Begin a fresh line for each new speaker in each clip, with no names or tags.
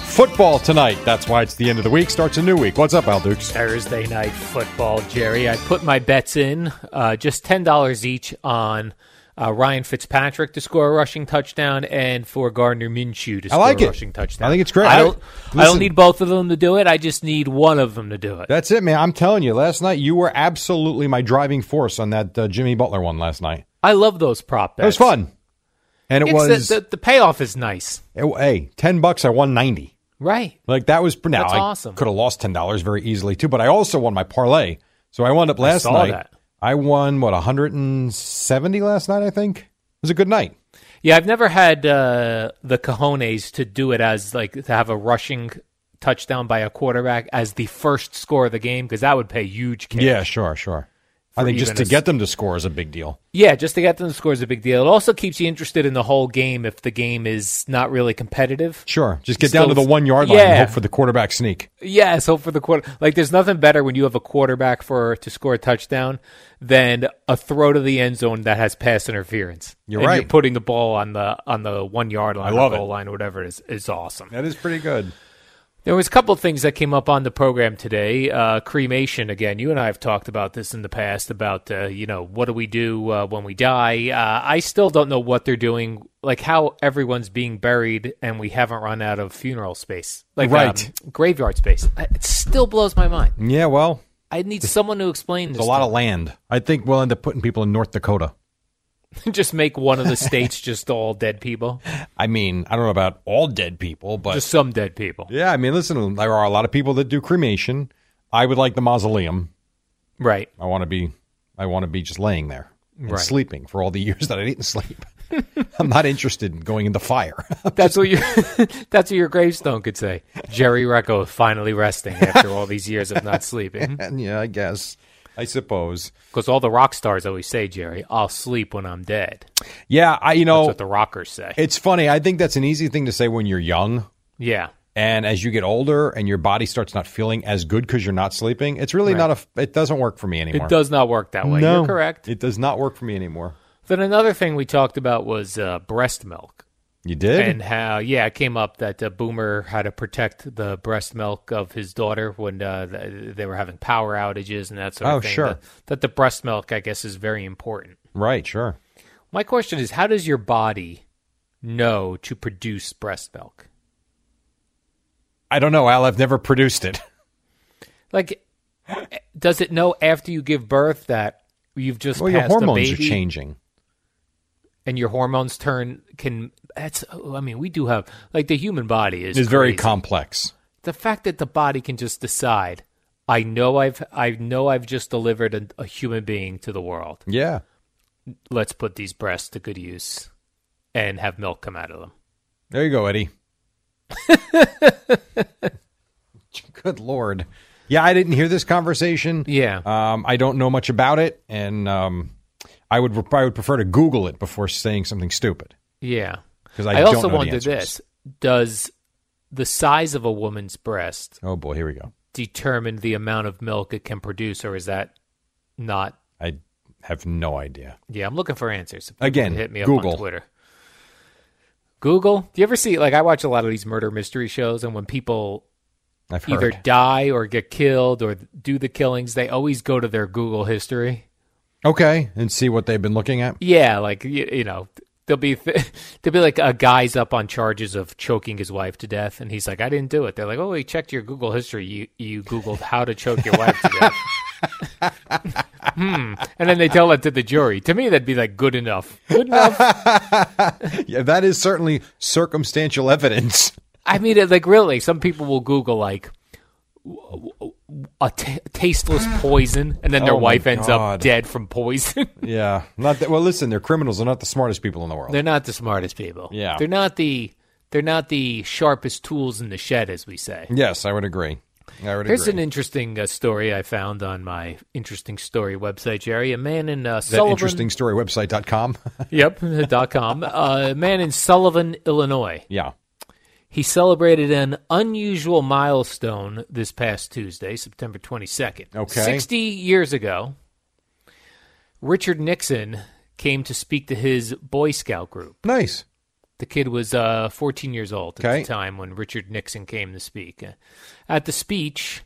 Football tonight. That's why it's the end of the week. Starts a new week. What's up, Al Dukes?
Thursday night football, Jerry. I put my bets in, uh, just ten dollars each on uh, Ryan Fitzpatrick to score a rushing touchdown and for Gardner Minshew to score
like
a
it.
rushing touchdown.
I think it's great.
I
I-
don't, I
listen.
don't need both of them to do it. I just need one of them to do it.
That's it, man. I'm telling you, last night you were absolutely my driving force on that uh, Jimmy Butler one last night.
I love those prop
It was
bets.
fun. And it
It's
was,
the, the, the payoff is nice,
it- hey, 10 bucks, I won 90.
right?
Like that was now
That's
I
awesome.
Could have lost ten dollars very easily too, but I also won my parlay. So I wound up last
saw
night.
that.
I won what hundred and seventy last night. I think it was a good night.
Yeah, I've never had uh, the cojones to do it as like to have a rushing touchdown by a quarterback as the first score of the game because that would pay huge cash.
Yeah, sure, sure. I think just
even
to
a s-
get them to score is a big deal.
Yeah, just to get them to score is a big deal. It also keeps you interested in the whole game if the game is not really competitive.
Sure, just get down to
Still-
the one yard line and
Yeah.
hope for the quarterback sneak.
Yes, hope for the quarter. Like, there's nothing better when you have a quarterback for to score a touchdown than a throw to the end zone that has pass interference.
You're
And You're
right.
putting the ball on the on the one yard line,
I love
or goal
it.
line, or whatever it is. It's awesome.
That is pretty good.
There was a couple of things that came up on the program today. Uh, cremation again. You and I have talked about this in the past about uh, you know what do we do uh, when we die. Uh, I still don't know what they're doing, like how everyone's being buried, and we haven't run out of funeral space, like
Right.
um, graveyard space. I- It still blows my mind.
Yeah, well,
I need someone to explain this.
there's a lot
to
of land. I think we'll end up putting people in North Dakota.
me. just make one of the states just all dead people,
I mean, I don't know about all dead people, but
just some dead people,
yeah, I mean, listen, there are a lot of people that do cremation. I would like the mausoleum.
right?
I want to be I want to be just laying there and
Right.
sleeping for all the years that I didn't sleep. I'm not interested in going into fire.
That's what your that's what your gravestone could say. Jerry Recco finally resting after all these years of not sleeping.
and yeah, I guess. I suppose.
Because all the rock stars always say, Jerry, I'll sleep when I'm dead. That's
Yeah, I you know
what the rockers say.
it's funny. I think that's an easy thing to say when you're young.
yeah.
And as you get older and your body starts not feeling as good because you're not sleeping, it's really not a. f- It doesn't work for me anymore.
It does not work that way.
No,
You're correct.
It does not work for me anymore.
Then another thing we talked about was uh, breast milk.
You did?
And how, yeah, it came up that uh, Boomer had to protect the breast milk of his daughter when uh, th- they were having power outages and that sort
Oh,
of thing.
sure.
That, that the breast milk, I guess, is very important.
right, sure.
My question is how does your body know to produce breast milk?
I don't know, Al. I've never produced it.
Like, does it know after you give birth that you've just
well, your
passed a
hormones are
baby
changing.
and your hormones turn can? That's I mean, we do have like the human body is
It's very
crazy.
complex.
The fact that the body can just decide, I know I've I know I've just delivered a, a human being to the world.
Yeah.
Let's put these breasts to good use and have milk come out of them.
There you go, Eddie. Good lord. Yeah, I didn't hear this conversation.
Yeah.
Um, I don't know much about it, and um, I would I would prefer to Google it before saying something stupid.
Yeah.
'Cause I don't
also
know the
wonder
answers.
this: Does the size of a woman's breast
Oh boy, here we go.
determine the amount of milk it can produce, or is that not?
I have no idea.
Yeah, I'm looking for answers.
Again,
hit me up
Google.
on Twitter. Google. Do you ever see like I watch a lot of these murder mystery shows, and when people
I've
either
heard.
die or get killed or do the killings, they always go to their Google history.
Okay, and see what they've been looking at.
Yeah, like you, you know, there'll be th- there'll be like a guy's up on charges of choking his wife to death, and he's like, "I didn't do it." They're like, "Oh, we checked your Google history. You you Googled how to choke your wife to death." hmm. And then they tell it to the jury. To me, that'd be like good enough. Good enough.
Yeah, that is certainly circumstantial evidence.
I mean, it- like really, some people will Google like w- w- a t- tasteless poison, and then their
Mm. Oh, my
wife ends up
God.
dead from poison.
Yeah, not that. Well, listen, they're criminals. They're not the smartest people in the world.
They're not the smartest people.
Yeah.
They're not the they're not the sharpest tools in the shed, as we say.
yes, I would agree. I would
Here's
agree.
an interesting uh, story I found on my interesting story website, Jerry. A man in uh,
that
Sullivan,
interesting story website.com.
yep, dot com. Uh, a man in Sullivan, Illinois.
yeah.
He celebrated an unusual milestone this past Tuesday, September 22nd.
Okay.
60 years ago, Richard Nixon came to speak to his Boy Scout group.
Nice.
The kid was uh, 14 years old at
Okay.
the time when Richard Nixon came to speak. Uh, At the speech,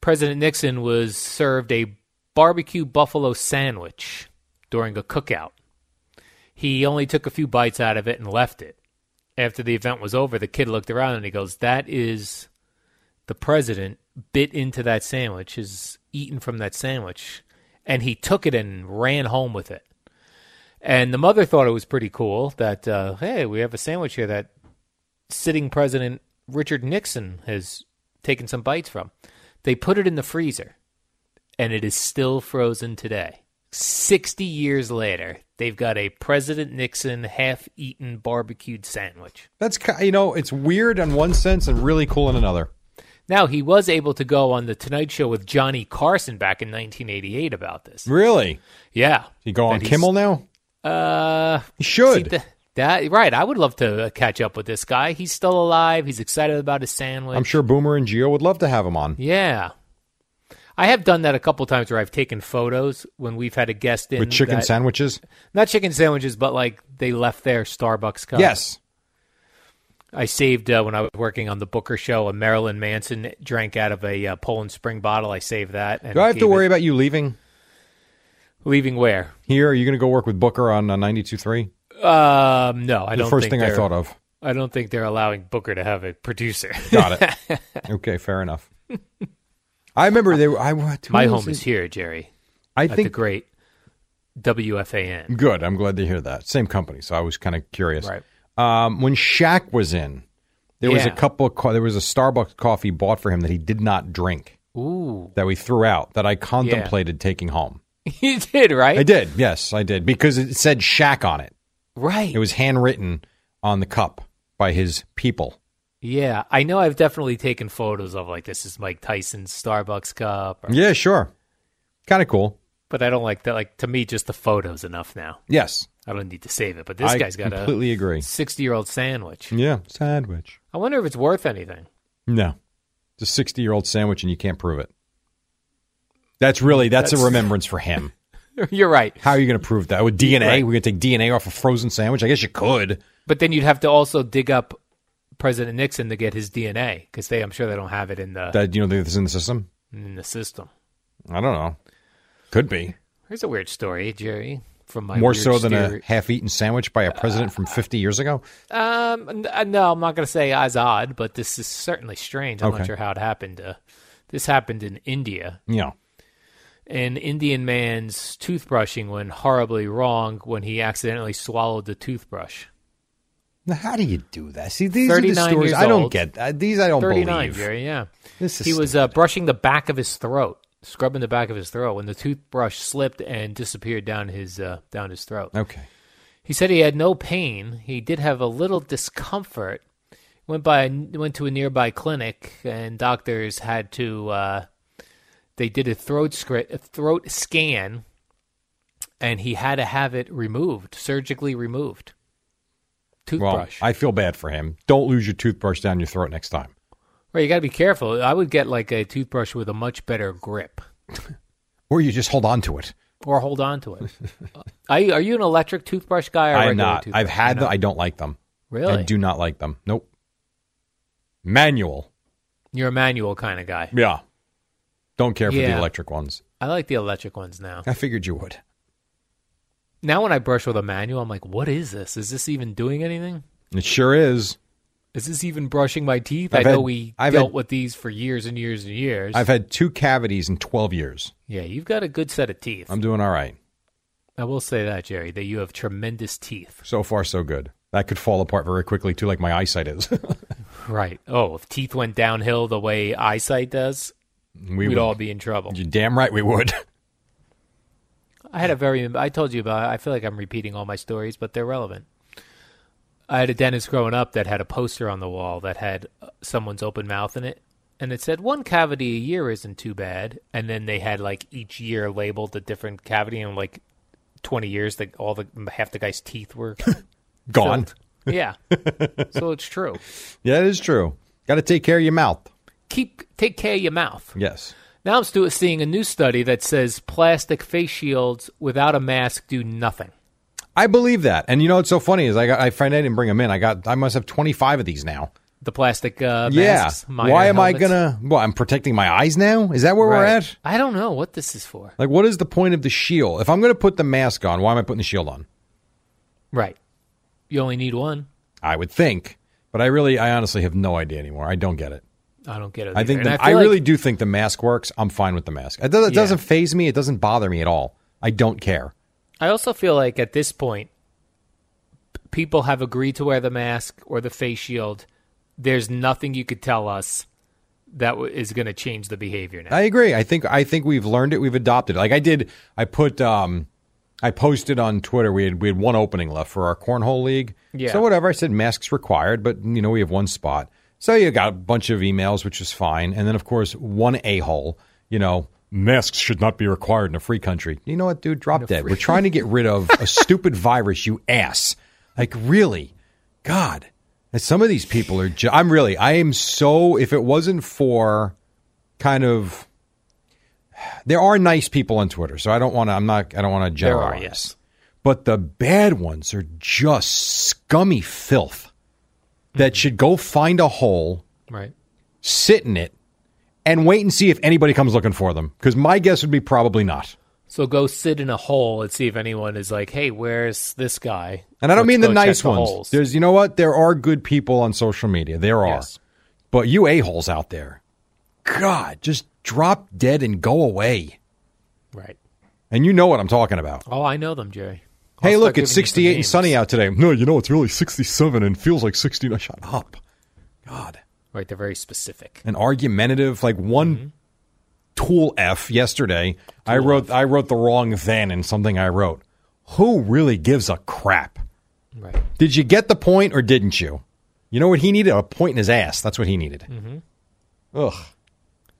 President Nixon was served a barbecue buffalo sandwich during a cookout. He only took a few bites out of it and left it. After the event was over, the kid looked around and he goes, That is the president bit into that sandwich, is eaten from that sandwich. And he took it and ran home with it. And the mother thought it was pretty cool that, uh, hey, we have a sandwich here that sitting President Richard Nixon has taken some bites from. They put it in the freezer, and it is still frozen today. 60 years later, they've got a President Nixon half eaten barbecued sandwich.
That's ki- you know, it's weird in one sense and really cool in another.
Now, he was able to go on The Tonight Show with Johnny Carson back in 1988 about this.
Really?
Yeah.
You go on
That he's-
Kimmel now?
Uh,
You
See,
should.
th- that right. I would love to uh, catch up with this guy. He's still alive. He's excited about his sandwich.
I'm sure Boomer and Geo would love to have him on.
Yeah. I have done that a couple times where I've taken photos when we've had a guest in
With chicken
that-
sandwiches?
not chicken sandwiches, but like they left their Starbucks cup.
Yes.
I saved uh, when I was working on the Booker Show. A Marilyn Manson drank out of a uh, Poland Spring bottle. I saved that. And
Do I have to
gave
worry
it-
about you leaving
leaving where?
here? Are you going to go work with Booker on uh, 92.3?
Um, no, I
The
don't.
first
think
thing I
they're-
thought of.
I don't think they're allowing Booker to have a producer.
Got it. okay, fair enough. I remember they were. I, what, who
My
was
home is
it?
here, Jerry.
I
at
think
the great WFAN.
Good. I'm glad to hear that. Same company, so I was kind of curious.
Right.
Um, when Shaq was in, there was a
Yeah.
couple of co- there was a Starbucks coffee bought for him that he did not drink
Ooh,
that we threw out that I contemplated taking home.
you did right,
I did. Yes, I did because it said Shaq on it.
right.
It was handwritten on the cup by his people.
yeah, I know. I've definitely taken photos of like this is Mike Tyson's Starbucks cup, or-
Yeah, sure. Kind of cool.
but I don't like that. Like to me, just the photos enough now.
Yes.
I don't need to save it. But this
I
guy's got
completely agree.
a sixty-year-old sandwich.
Yeah, sandwich.
I wonder if it's worth anything.
No. It's a 60-year-old sandwich and you can't prove it. That's really that's, a
That's-
remembrance for him.
You're right,
How are you going to prove that with DNA?
Right.
We're going to take DNA off a frozen sandwich. I guess you could.
but then you'd have to also dig up President Nixon to get his DNA because they, I'm sure, they don't have it in the
That you know this is in the system.
in the system.
I don't know. Could be
Here's a weird story, Jerry, from my
more
weird Uh,
so than
theory.
a half-eaten sandwich by a president from 50 years ago.
Um, n- uh, no, I'm not going to say as odd, but this is certainly strange. I'm
Okay.
not sure how it happened. Uh, this happened in India.
You know,
An Indian man's toothbrushing went horribly wrong when he accidentally swallowed the toothbrush.
Now, how do you do that? See, these are the
39
stories
years
I don't
old.
get. Uh, these I don't
39,
believe.
Jerry, yeah.
This is
he was uh, brushing the back of his throat, scrubbing the back of his throat when the toothbrush slipped and disappeared down his uh, down his throat.
okay.
He said he had no pain. He did have a little discomfort. Went by went to a nearby clinic, and doctors had to uh, they did a throat scr- a throat scan, and he had to have it removed, surgically removed.
Well,
Toothbrush,
I feel bad for him. Don't lose your toothbrush down your throat next time.
Right, you got to be careful. I would get like a toothbrush with a much better grip,
Or you just hold on to it.
or hold on to it. are, you, are you an electric toothbrush guy? Or a
I am
regular
not.
Toothbrush?
I've had
You're
them. I don't like them.
not? really.
I do not like them. Nope. Manual.
You're a manual kind of guy.
Yeah. Don't care for the
Yeah.
electric ones.
I like the electric ones now.
I figured you would.
Now when I brush with a manual, I'm like, what is this? Is this even doing anything?
It sure is.
Is this even brushing my teeth?
I've
I know
had-
we
I've
dealt
had-
with these for years and years and years.
I've had two cavities in 12 years.
yeah, you've got a good set of teeth.
I'm doing all right.
I will say that, Jerry, that you have tremendous teeth.
So far, so good. That could fall apart very quickly, too, like my eyesight is.
Right. Oh, if teeth went downhill the way eyesight does,
we
we would
would.
all be in trouble.
You're damn right we would.
I had a very. I told you about. I feel like I'm repeating all my stories, but they're relevant. I had a dentist growing up that had a poster on the wall that had uh, someone's open mouth in it, and it said one cavity a year isn't too bad. And then they had like each year labeled a different cavity, and like twenty years, that all the half the guy's teeth were
Gone.
filled. Yeah, so it's true.
Yeah, it is true. Got to take care of your mouth.
Keep take care of your mouth.
Yes.
Now I'm stu- seeing a new study that says plastic face shields without a mask do nothing.
I believe that. And you know what's so funny is I got I find I didn't bring them in. I got I must have 25 of these now.
The plastic uh,
yeah.
masks. minor
Why am I
helmets.
going to Well, I'm protecting my eyes now? Is that where we're
Right.
at?
I don't know what this is for.
Like what is the point of the shield? If I'm going to put the mask on, why am I putting the shield on?
Right. You only need one.
I would think, but I really I honestly have no idea anymore. I don't get it.
I don't get it.
I
either.
think
And
the, I,
feel like-
really do think the mask works. I'm fine with the mask. It, does, it
Yeah.
doesn't phase me. It doesn't bother me at all. I don't care.
I also feel like at this point, p- people have agreed to wear the mask or the face shield. There's nothing you could tell us that w- is going to change the behavior now.
I agree. I think I think we've learned it. We've adopted. it. Like I did. I put. Um, I posted on Twitter. We had we had one opening left for our cornhole league.
Yeah.
So whatever I said, masks required, but you know we have one spot. So you got a bunch of emails, which is fine. And then of course one a hole. You know. Masks should not be required in a free country. You know what, dude? Drop dead. We're trying to get rid of a stupid virus, you ass. Like, really? God. And some of these people are. Ju- I'm really. I am so. If it wasn't for kind of there are nice people on Twitter, so I don't want to. I'm not. I don't want to
There
generalize.
are, yes.
But the bad ones are just scummy filth
Mm-hmm.
that should go find a hole,
Right.
sit in it, and wait and see if anybody comes looking for them. Because my guess would be probably not.
So go sit in a hole and see if anyone is like, hey, where's this guy?
And I
Let's
don't mean the
go check
nice ones.
holes.
There's, you know what? There are good people on social media. There are.
Yes.
But you a-holes out there, God, just drop dead and go away.
Right.
And you know what I'm talking about.
Oh, I know them, Jerry. I'll
Hey,
start
look, it's
giving you some
68 and
names.
sunny out today. No, you know, it's really 67 and feels like 69. Shut up. God.
Right, they're very specific.
An argumentative, like one
Mm-hmm.
tool F yesterday. I wrote I wrote the wrong then in something I wrote. Who really gives a crap?
Right.
Did you get the point or didn't you? You know what he needed? A point in his ass. That's what he needed. Mm-hmm. Ugh.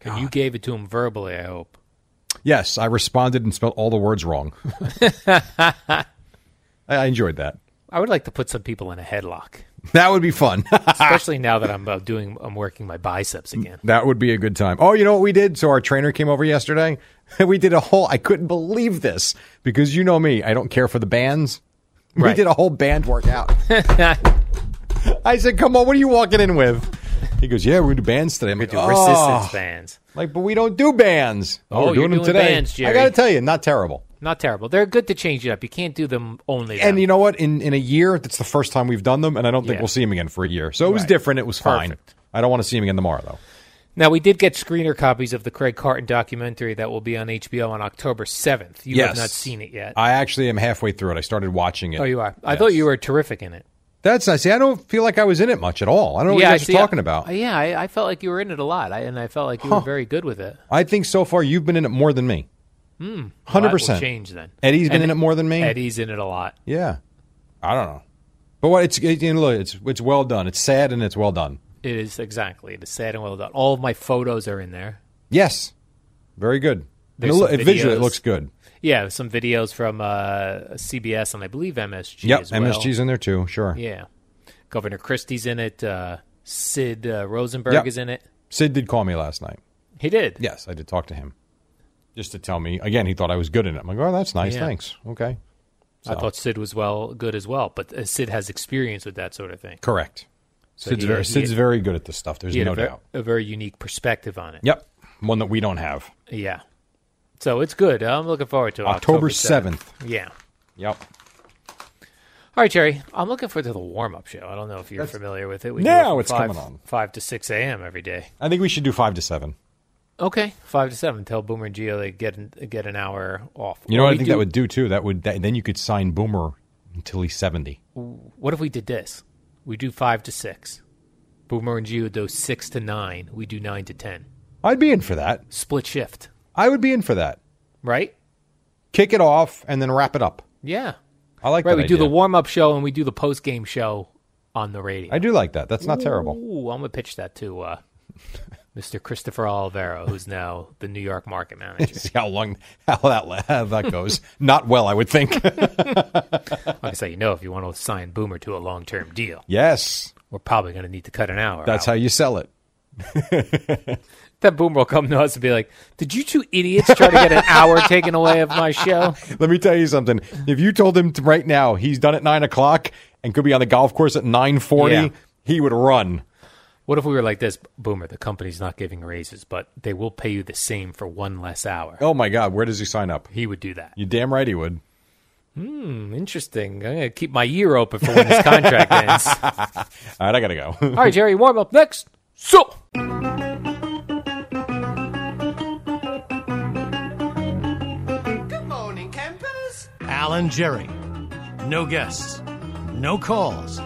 And you gave it to him verbally, I hope.
Yes, I responded and spelled all the words wrong. I I enjoyed that.
I would like to put some people in a headlock,
That would be fun.
especially now that I'm uh, doing I'm working my biceps again.
That would be a good time. Oh, you know what we did? So our trainer came over yesterday. We did a whole. I couldn't believe this because you know me. I don't care for the bands. We
Right.
did a whole band workout. I said, "Come on, what are you walking in with?" He goes, "Yeah, we're gonna do bands today." I'm like,
Do
"Oh."
resistance bands.
Like, but we don't do bands.
Oh,
we're
you're
doing them
doing
today.
bands, Jerry.
I gotta tell you, not terrible.
Not terrible. They're good to change it up. You can't do them only.
And
them.
you know what? In in a year, that's the first time we've done them, and I don't think
Yeah.
we'll see him again for a year. So it was
Right.
different. It was fine.
Perfect.
I don't want to see him again tomorrow though.
now we did get screener copies of the Craig Carton documentary that will be on HBO on October seventh. You have
Yes.
not seen it yet.
I actually am halfway through it. I started watching it.
oh, you are. I thought you were terrific in it.
That's nice. See, I don't feel like I was in it much at all. I don't know what you guys
see,
are talking about.
I, yeah, I, I felt like you were in it a lot, I, and I felt like you were very good with it.
I think so far you've been in it more than me. Hundred
Hmm. Well, that will
percent.
change then.
Eddie's been
And
in it more than me.
Eddie's in it a lot.
Yeah. I don't know. But what it's it, you know, look, it's it's well done. It's sad and it's well done.
It is exactly. It is sad and well done. All of my photos are in there.
Yes. Very good. And it,
There's
loo-
some
it visually it
videos.
looks good.
Yeah, some videos from uh, CBS and I believe MSG.
Yep.
as well.
MSG's in there too. Sure.
Yeah, Governor Christie's in it. Uh, Sid uh, Rosenberg
Yep.
is in it.
Sid did call me last night.
He did.
Yes, I did talk to him. Just to tell me again, he thought I was good in it. I'm like, oh, that's nice.
Yeah.
Thanks. Okay.
I thought Sid was well good as well, but uh, Sid has experience with that sort of thing.
Correct. Sid's,
he-
very,
he-
Sid's very good at this stuff. There's
He had
no
a, ver-
doubt.
a very unique perspective on it.
Yep. One that we don't have.
Yeah. So it's good. I'm looking forward to it.
October 7th.
Yeah.
Yep.
All right, Jerry. I'm looking forward to the warm up show. I don't know if you're familiar with it. We do
Now
it from
it's
five,
coming on.
Five to six a.m. every day.
I think we should do five to seven.
Okay, five to seven. Tell Boomer and Geo they get an, get an hour off.
You know
Or
what I
we
think
do-
that would do too? That would that, then you could sign Boomer until he's seventy.
What if we did this? We do five to six. Boomer and Geo do six to nine. We do nine to ten.
I'd be in for that.
Split shift,
I would be in for that.
right?
Kick it off and then wrap it up.
Yeah.
I like
Right.
that.
We do the
idea.
warm up show and we do the post game show on the radio.
I do like that. That's not terrible.
Ooh, I'm gonna pitch that to uh, Mr. Christopher Olivero, who's now the New York market manager.
See how long how that la- how that goes. not well, I would think.
like I say, you know, if you want to sign Boomer to a long term deal,
yes,
we're probably going to need to cut an hour.
that's
out.
how you sell it.
that Boomer will come to us and be like, "Did you two idiots try to get an hour taken away of my show?"
Let me tell you something. If you told him to right now he's done at nine o'clock and could be on the golf course at nine forty,
Yeah.
he would run.
What if we were like this, Boomer? The company's not giving raises, but they will pay you the same for one less hour.
Oh my God, where does he sign up?
He would do that.
You damn right he would.
Mm-hmm. Interesting. I'm gonna keep my ear open for when his contract ends.
All right, I gotta go.
All right, Jerry, warm up next. So.
Good morning, campers. Alan Jerry. No guests, no calls,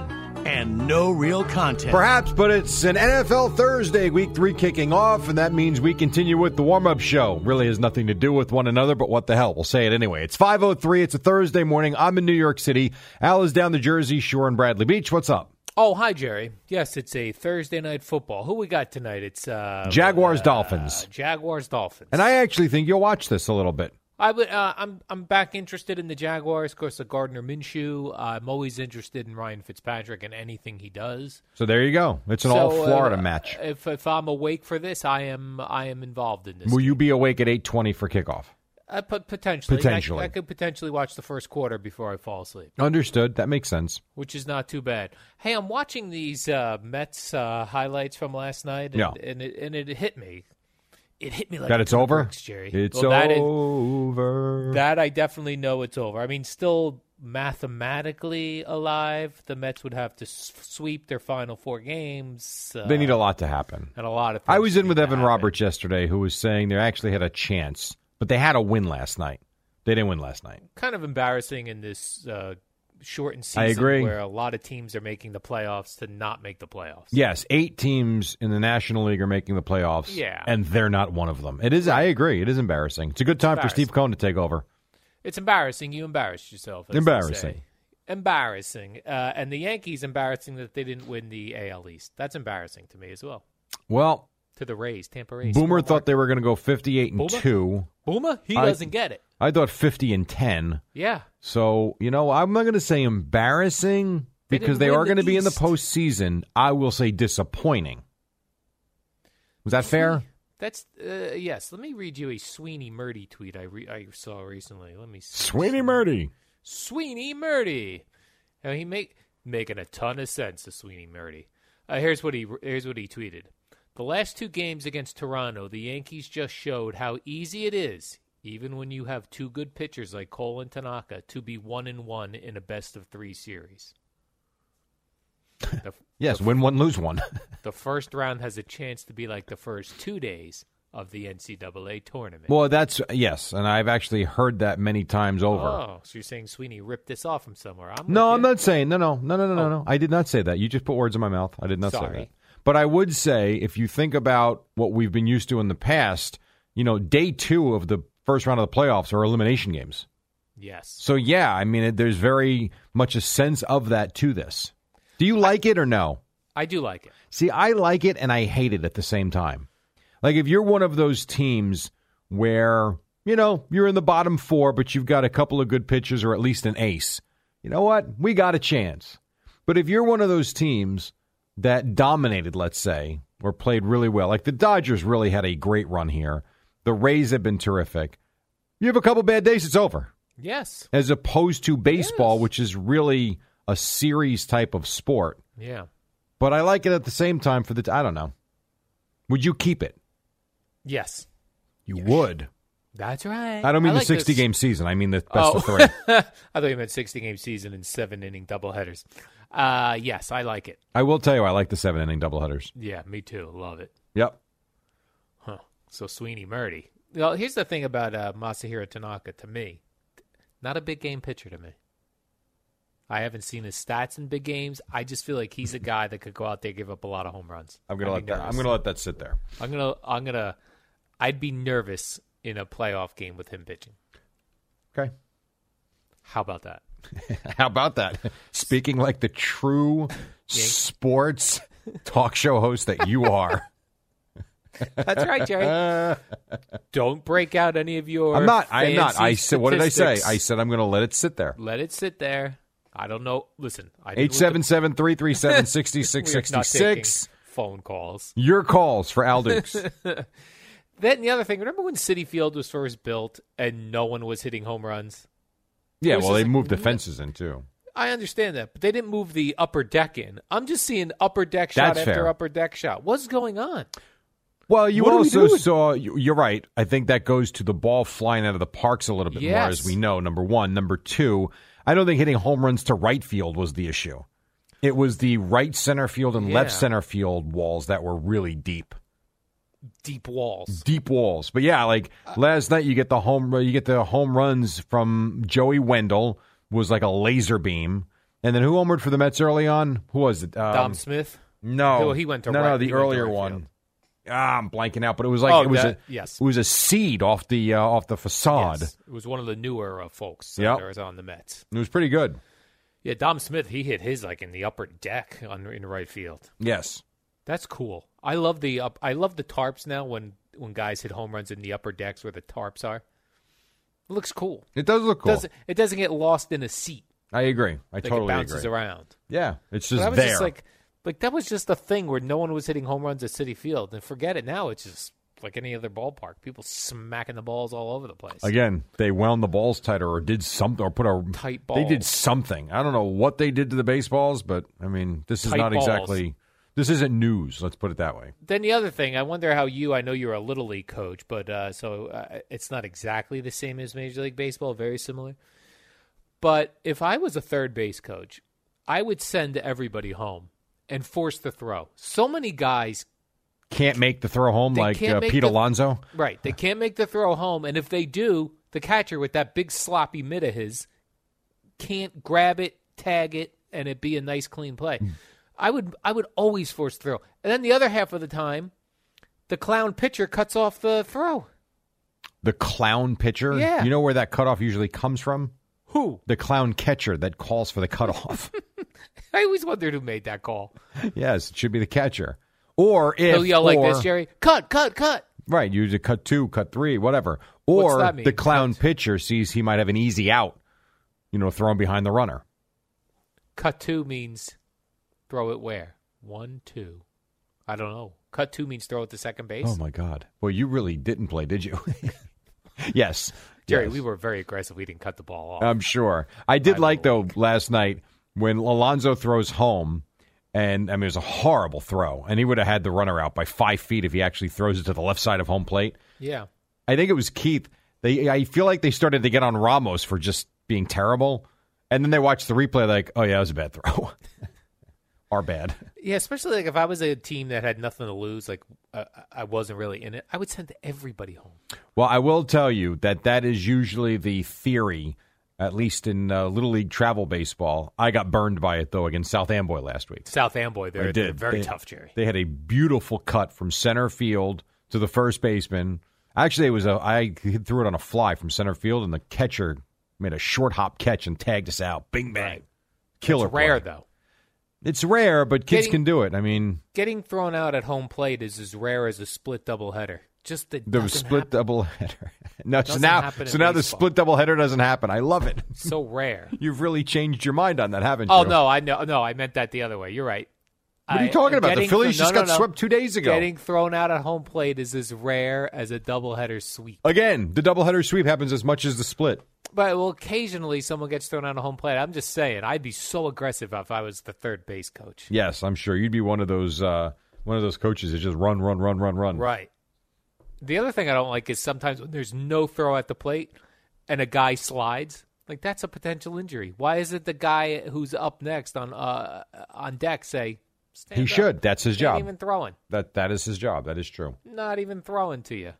and no real content.
Perhaps, but it's an NFL Thursday, week three kicking off, and that means we continue with the warm up show. Really has nothing to do with one another, but what the hell? We'll say it anyway. It's 5.03. It's a Thursday morning. I'm in New York City. Al is down the Jersey Shore in Bradley Beach. What's up?
Oh, hi, Jerry. Yes, it's a Thursday night football. Who we got tonight? It's uh,
Jaguars,
uh,
Dolphins.
Jaguars Dolphins.
And I actually think you'll watch this a little bit.
I would. Uh, I'm. I'm back interested in the Jaguars. Of course, the Gardner Minshew. uh, I'm always interested in Ryan Fitzpatrick and anything he does.
So there you go. It's an
So,
all Florida
uh,
match.
If if I'm awake for this, I am. I am involved in this.
Will you be awake at 8.20 for kickoff?
Uh, pot- potentially. I-
Potentially.
I, could potentially watch the first quarter before I fall asleep,
Understood. That makes sense.
which is not too bad. Hey, I'm watching these uh, Mets uh, highlights from last night, and
Yeah.
and, it, and it hit me. It hit me like
that
a
it's
ton of
over?
bricks, Jerry.
It's
Well, that is-
over.
That I definitely know it's over. I mean, still mathematically alive. The Mets would have to s- sweep their final four games. Uh,
they need a lot to happen.
and a lot of. Things
I was in
need
with
to
Evan
happen.
Roberts yesterday, who was saying they actually had a chance, but they had a win last night. They didn't win last night.
Kind of embarrassing in this uh, shortened season.
I agree.
Where a lot of teams are making the playoffs to not make the playoffs.
Yes, eight teams in the National League are making the playoffs.
Yeah.
and they're not one of them. It is. I agree. It is embarrassing. It's a good time for
embarrassing.
Steve Cohen to take over.
It's embarrassing. You embarrassed yourself. as they
Embarrassing.
say. Embarrassing. Uh, and the Yankees embarrassing that they didn't win the AL East. That's embarrassing to me as well.
Well,
To the Rays, Tampa Rays.
Boomer
Small
thought they were going to go fifty-eight and
Boomer?
two.
market. Boomer, he
I-
doesn't get it.
I thought fifty and ten.
Yeah.
So you know, I'm not going to say embarrassing
They didn't
because they
win
are
the
going to be in the
East.
postseason. I will say disappointing. Was that fair?
That's uh, yes. Let me read you a Sweeney Murdy tweet I re- I saw recently. Let me see.
Sweeney Murdy.
Sweeney Murdy. Now he make making a ton of sense to Sweeney Murdy. Uh, here's what he here's what he tweeted. The last two games against Toronto, the Yankees just showed how easy it is, even when you have two good pitchers like Cole and Tanaka, to be one and one in a best of three series. The-
Yes, win one, lose one.
the first round has a chance to be like the first two days of the NCAA tournament.
well, that's yes, and I've actually heard that many times over.
Oh, so you're saying Sweeney ripped this off from somewhere? I'm
no,
with
I'm
you.
not saying no, no, no, no, no, no,
Oh.
no. I did not say that. You just put words in my mouth. I did not
Sorry.
say that. But I would say if you think about what we've been used to in the past, you know, day two of the first round of the playoffs are elimination games.
Yes,
So yeah, I mean, it, there's very much a sense of that to this. Do you like it or no?
I do like it.
See, I like it and I hate it at the same time. Like if you're one of those teams where, you know, you're in the bottom 4 but you've got a couple of good pitchers or at least an ace. You know what? We got a chance. But if you're one of those teams that dominated, let's say, or played really well. Like the Dodgers really had a great run here. The Rays have been terrific. You have a couple bad days, it's over.
Yes.
As opposed to baseball, which is really a series type of sport.
Yeah.
But I like it at the same time for the I don't know. Would you keep it?
Yes.
You would.
That's right.
I don't mean the
like
60
this.
game season. I mean the best
Oh.
of three.
I thought you meant 60 game season and seven inning doubleheaders. Uh, yes, I like it.
I will tell you, I like the seven inning doubleheaders.
Yeah, me too. Love it.
Yep.
Huh. So Sweeney Murdy. Well, here's the thing about uh, Masahiro Tanaka to me. Not a big game pitcher to me. I haven't seen his stats in big games. I just feel like he's a guy that could go out there give up a lot of home runs.
I'm gonna
I'd
let
be
that.
nervous.
I'm gonna let that sit there.
I'm gonna I'm gonna I'd be nervous in a playoff game with him pitching.
Okay.
How about that?
How about that? Speaking like the true sports talk show host that you are.
That's right, Jerry. Don't break out any of your.
I'm not. I'm not. I
fancy
said. What did I say? I
statistics.
said I'm going to let it sit there.
let it sit there. I don't know. Listen, I didn't
Eight
look
seven
at-
seven three three seven
We
sixty
are
six
not
sixty
taking
six.
phone calls.
Your calls for Al Dukes.
Then the other thing. Remember when City Field was first built and no one was hitting home runs?
Yeah,
was
well, they
just like,
moved the
what?
fences in too.
I understand that, but they didn't move the upper deck in. I'm just seeing upper deck shot
That's
after
fair.
upper deck shot. What's going on?
Well, you
What are we
also
doing?
saw. you- You're right. I think that goes to the ball flying out of the parks a little bit more, as
Yes.
we know. Number one, number two. I don't think hitting home runs to right field was the issue. It was the right center field and left
Yeah.
center field walls that were really deep,
Deep walls.
deep walls. But yeah, like last night, you get the home uh, you get the home runs from Joey Wendell was like a laser beam, and then who homered for the Mets early on? Who was it? Um,
Dom Smith.
No,
No, he went to
no,
right-
no, the
he went to
earlier
right
one.
field.
Ah, I'm blanking out, but it was like
Oh,
it was
that-
a
yes.
it was a seed off the uh, off the facade.
Yes. It was one of the newer uh, folks
Yep.
that was on the Mets.
It was pretty good.
Yeah, Dom Smith, he hit his like in the upper deck on in right field.
Yes,
That's cool. I love the up, I love the tarps now when when guys hit home runs in the upper decks where the tarps are. It looks cool.
it does look cool.
Doesn't it doesn't get lost in a seat.
I agree. I
Like
totally
it bounces
agree.
around.
Yeah, it's
But
just
I was
there.
just like like that was just a thing where no one was hitting home runs at City Field. And forget it now, it's just like any other ballpark. People smacking the balls all over the place.
Again, they wound the balls tighter or did something or put a
Tight
They did
balls.
something. I don't know what they did to the baseballs, but I mean, this is
Tight
not
balls.
exactly. This isn't news. Let's put it that way.
Then the other thing, I wonder how you. I know you're a little league coach, but uh, so uh, it's not exactly the same as Major League Baseball, very similar. But if I was a third base coach, I would send everybody home and force the throw. So many guys,
Can't make the throw home
They
like
can't
uh,
make
Pete
the-
Alonso.
right? They can't make the throw home, and if they do, the catcher with that big sloppy mitt of his can't grab it, tag it, and it be a nice clean play.
Hmm.
I would I would always force throw. And then the other half of the time, the clown pitcher cuts off the throw.
The clown pitcher.
Yeah.
You know where that cutoff usually comes from?
Who?
the clown catcher that calls for the cutoff.
I always wondered who made that call.
yes, it should be the catcher. Or if
He'll yell like this,
or-
Jerry. Cut, cut, cut.
Right, you just cut two, cut three, whatever.
What's
Or
that mean?
the clown pitcher sees he might have an easy out, you know, thrown behind the runner.
Cut two means throw it where? One, two. I don't know. Cut two means throw it to second base.
Oh my God! Well, you really didn't play, did you? yes,
Jerry,
yes.
we were very aggressive. We didn't cut the ball off.
I'm sure. I did
I
like though last night when Alonzo throws home, and I mean it was a horrible throw, and he would have had the runner out by five feet if he actually throws it to the left side of home plate.
yeah.
I think it was Keith. They, I feel like they started to get on Ramos for just being terrible, and then they watched the replay. Like, oh yeah, that was a bad throw. Our bad.
Yeah, especially like if I was a team that had nothing to lose, like uh, I wasn't really in it, I would send everybody home.
Well, I will tell you that that is usually the theory, at least in uh, little league travel baseball. I got burned by it though against South Amboy last week.
South Amboy, they're,
I
they're
did.
very
They-
tough, Jerry.
They had a beautiful cut from center field to the first baseman. Actually, it was a I threw it on a fly from center field, and the catcher made a short hop catch and tagged us out. Bing bang,
Right.
killer.
it's rare
play.
though.
It's rare, but kids
Getting-
can do it. I mean,
Getting thrown out at home plate is as rare as a split doubleheader. Just the
the split double header. no, so
Doesn't
now,
happen in
so now the
baseball.
split double header doesn't happen. I love it.
so rare.
You've really changed your mind on that, haven't
Oh
you?
no, I know. No, I meant that the other way. You're right.
What are you talking about? The
getting
Phillies
thro-
just
no, no,
got
no.
swept two days ago.
Getting thrown out at home plate is as rare as a doubleheader sweep.
Again, the doubleheader sweep happens as much as the split.
But well, occasionally someone gets thrown out at home plate. I'm just saying, I'd be so aggressive if I was the third base coach.
Yes, I'm sure you'd be one of those uh, one of those coaches that just run, run, run, run, run.
Right. The other thing I don't like is sometimes when there's no throw at the plate and a guy slides, like that's a potential injury. Why isn't the guy who's up next on uh, on deck say? Stand
He
up.
should. That's his
Not
job.
even throwing.
That that is his job. That is true.
Not even throwing to you.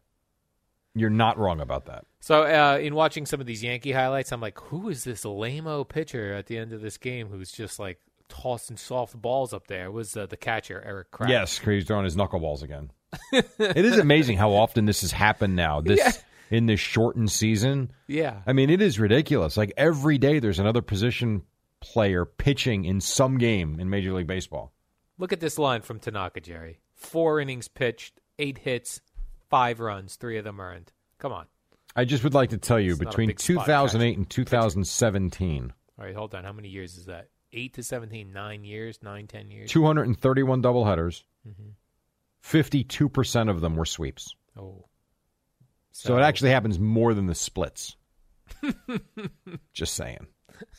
You're not wrong about that.
So, uh, in watching some of these Yankee highlights, I'm like, who is this lame-o pitcher at the end of this game who's just like tossing soft balls up there? It was uh, the catcher, Eric Kraft.
Yes, 'cause he's throwing his knuckleballs again. it is amazing how often this has happened now. This in this shortened season.
Yeah.
I mean, it is ridiculous. Like every day, there's another position player pitching in some game in Major League Baseball.
Look at this line from Tanaka, Jerry. Four innings pitched, eight hits, five runs, three of them earned. Come on.
I just would like to tell you
It's not a
between
big spot,
2008 and 2017,
All right, hold on. How many years is that? Eight to 17, nine years, nine, ten years?
231 doubleheaders,
Mm-hmm.
52% of them were sweeps.
Oh.
So it actually happens more than the splits. just saying.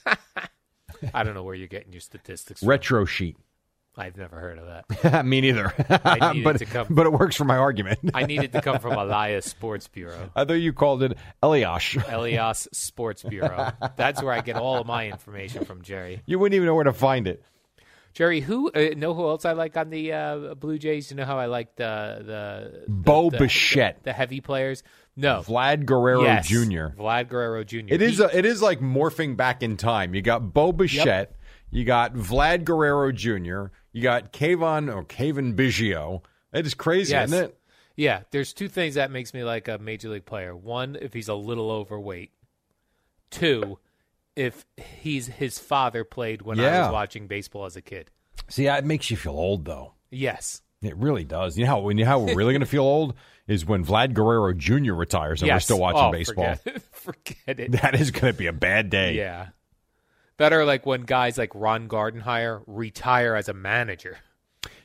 I don't know where you're getting your statistics from.
Retro sheet.
I've never heard of that.
Me neither.
I needed
but,
to come-
but it works for my argument.
I needed to come from Elias Sports Bureau.
I thought you called it Eliash.
Elias Sports Bureau. That's where I get all of my information from, Jerry.
You wouldn't even know where to find it.
Jerry, who uh, know who else I like on the uh, Blue Jays? You know how I like the the
Bo
the-
Bichette,
the heavy players? No,
Vlad Guerrero
Yes.
Jr.
Vlad Guerrero Jr.
It is a, it is like morphing back in time. You got Bo Bichette, you got Vlad Guerrero Jr., you got Kayvon or Kayvon Biggio. It is crazy,
Yes.
isn't it?
Yeah, there's two things that makes me like a major league player. One, if he's a little overweight. Two, if he's his father played when I
Yeah.
was watching baseball as a kid.
See, it makes you feel old though.
Yes.
It really does. You know how, you know how we're really going to feel old is when Vlad Guerrero Jr. retires and we're
yes.
still watching
Oh,
baseball.
Forget, forget it.
That is going to be a bad day.
Yeah. Better like when guys like Ron Gardenhire retire as a manager.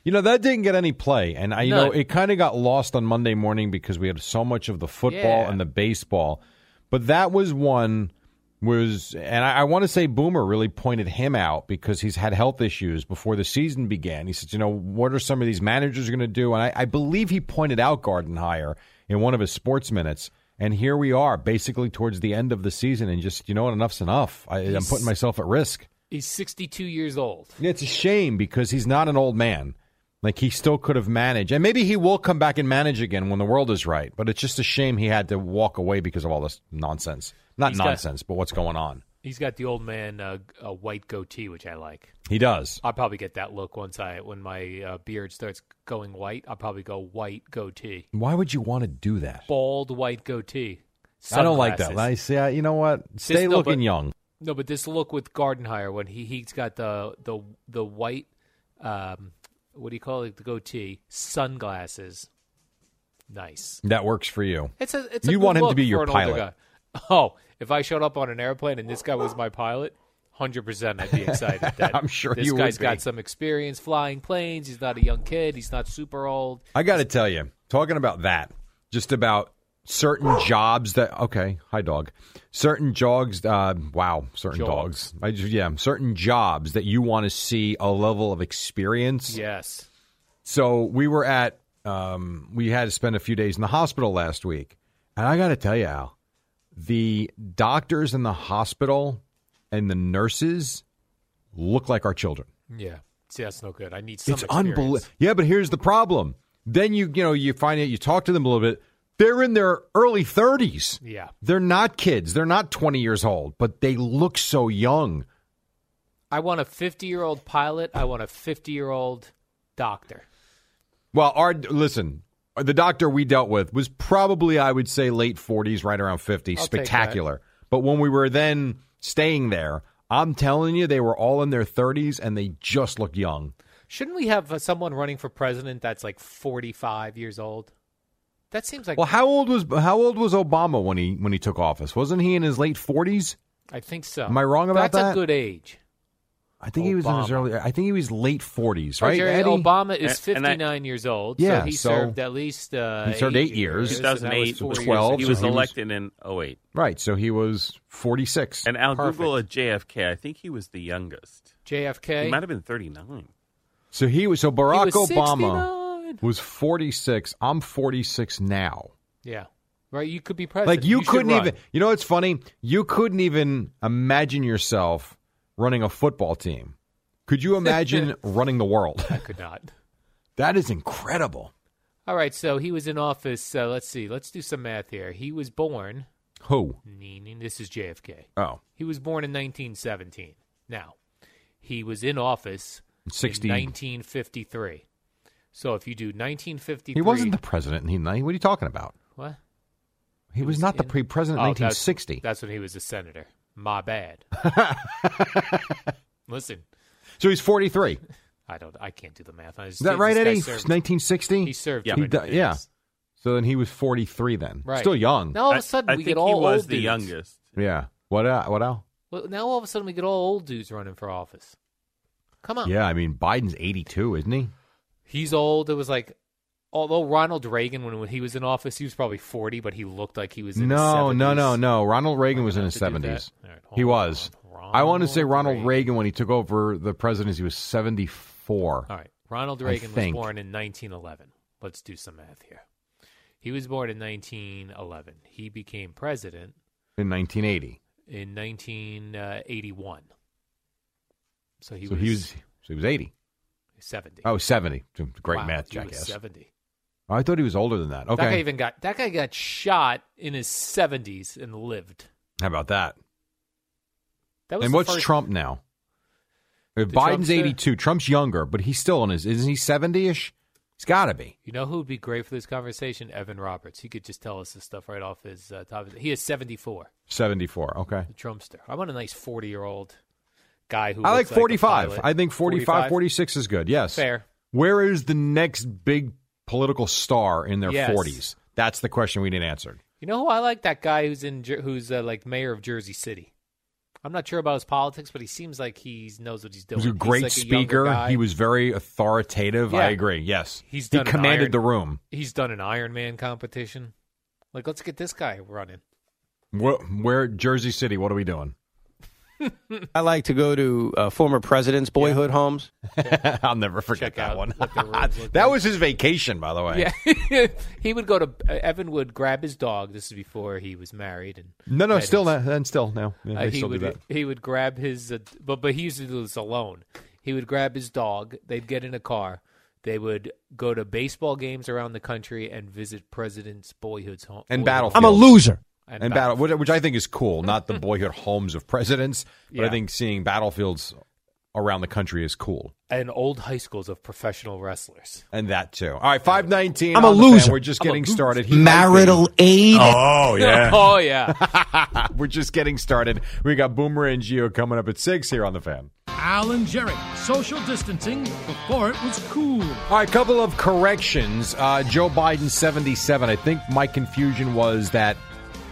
You know that didn't get any play, and I you know
None.
it kind of got lost on Monday morning because we had so much of the football
Yeah.
and the baseball. But that was one was, and I, I want to say Boomer really pointed him out because he's had health issues before the season began. He said, you know, what are some of these managers going to do? And I, I believe he pointed out Gardenhire in one of his sports minutes. And here we are, basically towards the end of the season, and just you know what, enough's enough. I, I'm putting myself at risk.
He's 62 years old.
Yeah, It's a shame because he's not an old man. Like he still could have managed, and maybe he will come back and manage again when the world is right. But it's just a shame he had to walk away because of all this nonsense. Not
He's got-
nonsense, but what's going on.
He's got the old man uh, g- a white goatee, which I like.
He does.
I'll probably get that look once I when my uh, beard starts going white. I'll probably go white goatee,
Why would you want to do that?
bald white goatee.
I don't like that.
Sunglasses.
I see. I, you know what? Stay
no,
looking
but-
young.
No, but this look with Gardenhire when he he's got the the the white, um, what do you call it? The goatee, sunglasses. Nice.
That works for you.
It's a it's a
You
good
want him to
look
be your
for an older
pilot.
guy. Oh, if I showed up on an airplane and this guy was my pilot, hundred percent, I'd be excited. That
I'm sure
this
you would
guy's
be.
got some experience flying planes. He's not a young kid. He's not super old.
I got to tell you, talking about that, just about certain jobs that okay, hi dog. Certain jogs, uh, wow, certain
Jogs.
dogs. I just yeah, certain jobs that you want to see a level of experience.
Yes.
So we were at, um, we had to spend a few days in the hospital last week, and I got to tell you, Al, the doctors in the hospital and the nurses look like our children.
Yeah. See, that's no good. I need some.
It's
experience.
unbelievable. Yeah, but here's the problem. Then you you know you find out you talk to them a little bit. They're in their early 30s.
Yeah.
They're not kids. They're not 20 years old, but they look so young.
I want a fifty-year-old pilot. I want a fifty-year-old doctor.
Well, our listen, the doctor we dealt with was probably I would say late 40s, right around 50.
I'll take that.
Spectacular. But when we were then staying there, I'm telling you, they were all in their 30s and they just looked young.
Shouldn't we have uh, someone running for president that's like forty-five years old? That seems like
Well, how old was how old was Obama when he when he took office? Wasn't he in his late 40s?
I think so.
Am I wrong about
That's
that?
a good age.
I think he was in his
Obama.
early. I think he was late forties,
Oh,
right?
Jerry,
Eddie?
Obama is
And- and I-
59 years old.
Yeah,
so he
so-
served at least uh,
He served eight years.
and that was
2008,
four years
12,
ago.
he
so
was
he was-
elected in 08.
Right, so he was forty six.
And Al Google at JFK, I think he was the youngest.
JFK.
He might have been 39.
So he was. So Barack
He was
Obama
69.
was forty six. I'm forty six now.
Yeah, right. You could be president.
Like you,
should
couldn't
run.
even. You know, it's funny. You couldn't even imagine yourself running a football team. Could you imagine running the world?
I could not.
That is incredible.
All right, so he was in office. Uh, let's see. Let's do some math here. He was born.
Who?
This is JFK.
Oh,
He was born in 1917. Now, he was in office
sixty.
in 1953. So if you do 1953,
He wasn't the president. in the night. What are you talking about?
what?
He was not the
in-
pre president.
Oh,
Nineteen
that's-
sixty.
That's when he was a senator. My bad. Listen,
So he's forty three.
I don't. I can't do the math. I just
Is that
did-
right,
this guy
Eddie?
served-
Nineteen sixty.
he served.
Yeah.
for
He
di-
100
yeah.
years.
So then he was forty three. Then
Right.
still young.
Now all of
I-
a sudden
I
we
think
get all
he was
old
the
dudes.
youngest.
Yeah. What? Uh, what else?
Well, now all of a sudden we get all old dudes running for office. Come on.
Yeah, I mean Biden's eighty two, isn't he?
He's old. It was like, although Ronald Reagan, when, when he was in office, he was probably 40, but he looked like he was in his
No,
70s.
no, no, no. Ronald Reagan was in
gonna
his
have to do
seventies.
that. All right, hold
he
on.
was. I want to say
Ronald
Ronald Reagan. when he took over the presidency was seventy four.
All right. Ronald
I
Reagan was
think.
born in 1911. Let's do some math here. He was born in 1911. He became president
In nineteen eighty.
in 1981. So he,
So
was,
he was. So he was eighty.
70.
Oh, 70. Great
Wow,
math,
he was
jackass.
70.
I thought he was older than that.
That guy
Okay.
even got that guy got shot in his 70s and lived.
How about that?
That was
And
the
what's
first-
Trump now? If
The
Biden's
Trumpster?
82. Trump's younger, but he's still in his. Isn't he 70 ish? He's got to be.
You know who would be great for this conversation? Evan Roberts. He could just tell us this stuff right off his uh, top. Of he is 74,
74. Okay.
the Trumpster. I want a nice 40 year old guy who.
I like
looks a
45.
pilot.
I think 45, 46 is good. Yes.
Fair.
Where is the next big political star in their
Yes.
40s? That's the question we need answered.
You know who I like? That guy who's in Jer- who's uh, like mayor of Jersey City. I'm not sure about his politics, but he seems like he knows what he's
He
doing.
was a
He's
great
like younger
speaker.
guy.
he was very authoritative. I
Yeah.
agree. Yes.
He's
he
done an
commanded
iron-
the room.
He's done an Iron Man competition. Like, let's get this guy running.
Where, where Jersey City? What are we doing?
I like to go to uh, former presidents' boyhood homes.
I'll never
Check
forget that
out
one.
what the rooms look
that
like.
was his vacation, by the way.
Yeah, he would go to uh, Evan would grab his dog. This is before he was married, and
No, no,
had
still
his-
not. And still no. Yeah,
uh,
they
he
still
would
do that.
he would grab his uh, but but he used to do this alone. He would grab his dog. They'd get in a car. They would go to baseball games around the country and visit presidents' boyhoods home
And
boyhood
battlefield.
homes.
I'm a
loser.
and,
And battle, which- which I think is cool. Not the boyhood homes of presidents, but I
Yeah.
think seeing battlefields around the country is cool.
and old high schools of professional wrestlers.
And that too. All right, five nineteen.
I'm a loser.
We're just
I'm a
getting
loser.
started. He might be-
Marital aid.
Oh yeah.
Oh yeah,
We're just getting started. We got Boomer and Geo coming up at six here on the fan.
Al and Jerry, social distancing before it was cool.
All right, couple of corrections. Uh, Joe Biden, 77. I think my confusion was that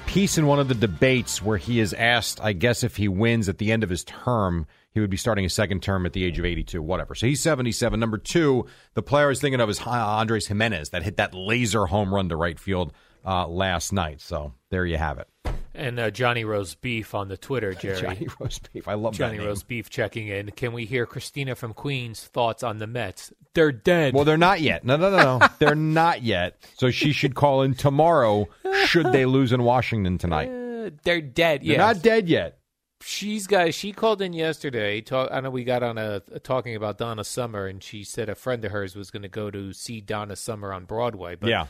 piece in one of the debates where he is asked, I guess, if he wins at the end of his term, he would be starting his second term at the age of 82, whatever. So he's 77. Number two, the player I was thinking of is Hi- Andres Jimenez that hit that laser home run to right field uh, last night. So there you have it.
and uh, Johnny Rose Beef on the Twitter, Jerry.
Johnny Roast Beef. I love
Johnny
that name.
Roast Beef checking in. Can we hear Christina from Queens' thoughts on the Mets? They're dead.
Well, they're not yet. No, no, no, no. they're not yet. So she should call in tomorrow should they lose in Washington tonight.
they're, they're dead.
You're
Yeah,
not dead yet.
she's got. She called in yesterday. Talk, I know we got on a, talking about Donna Summer, and she said a friend of hers was going to go to see Donna Summer on Broadway. But,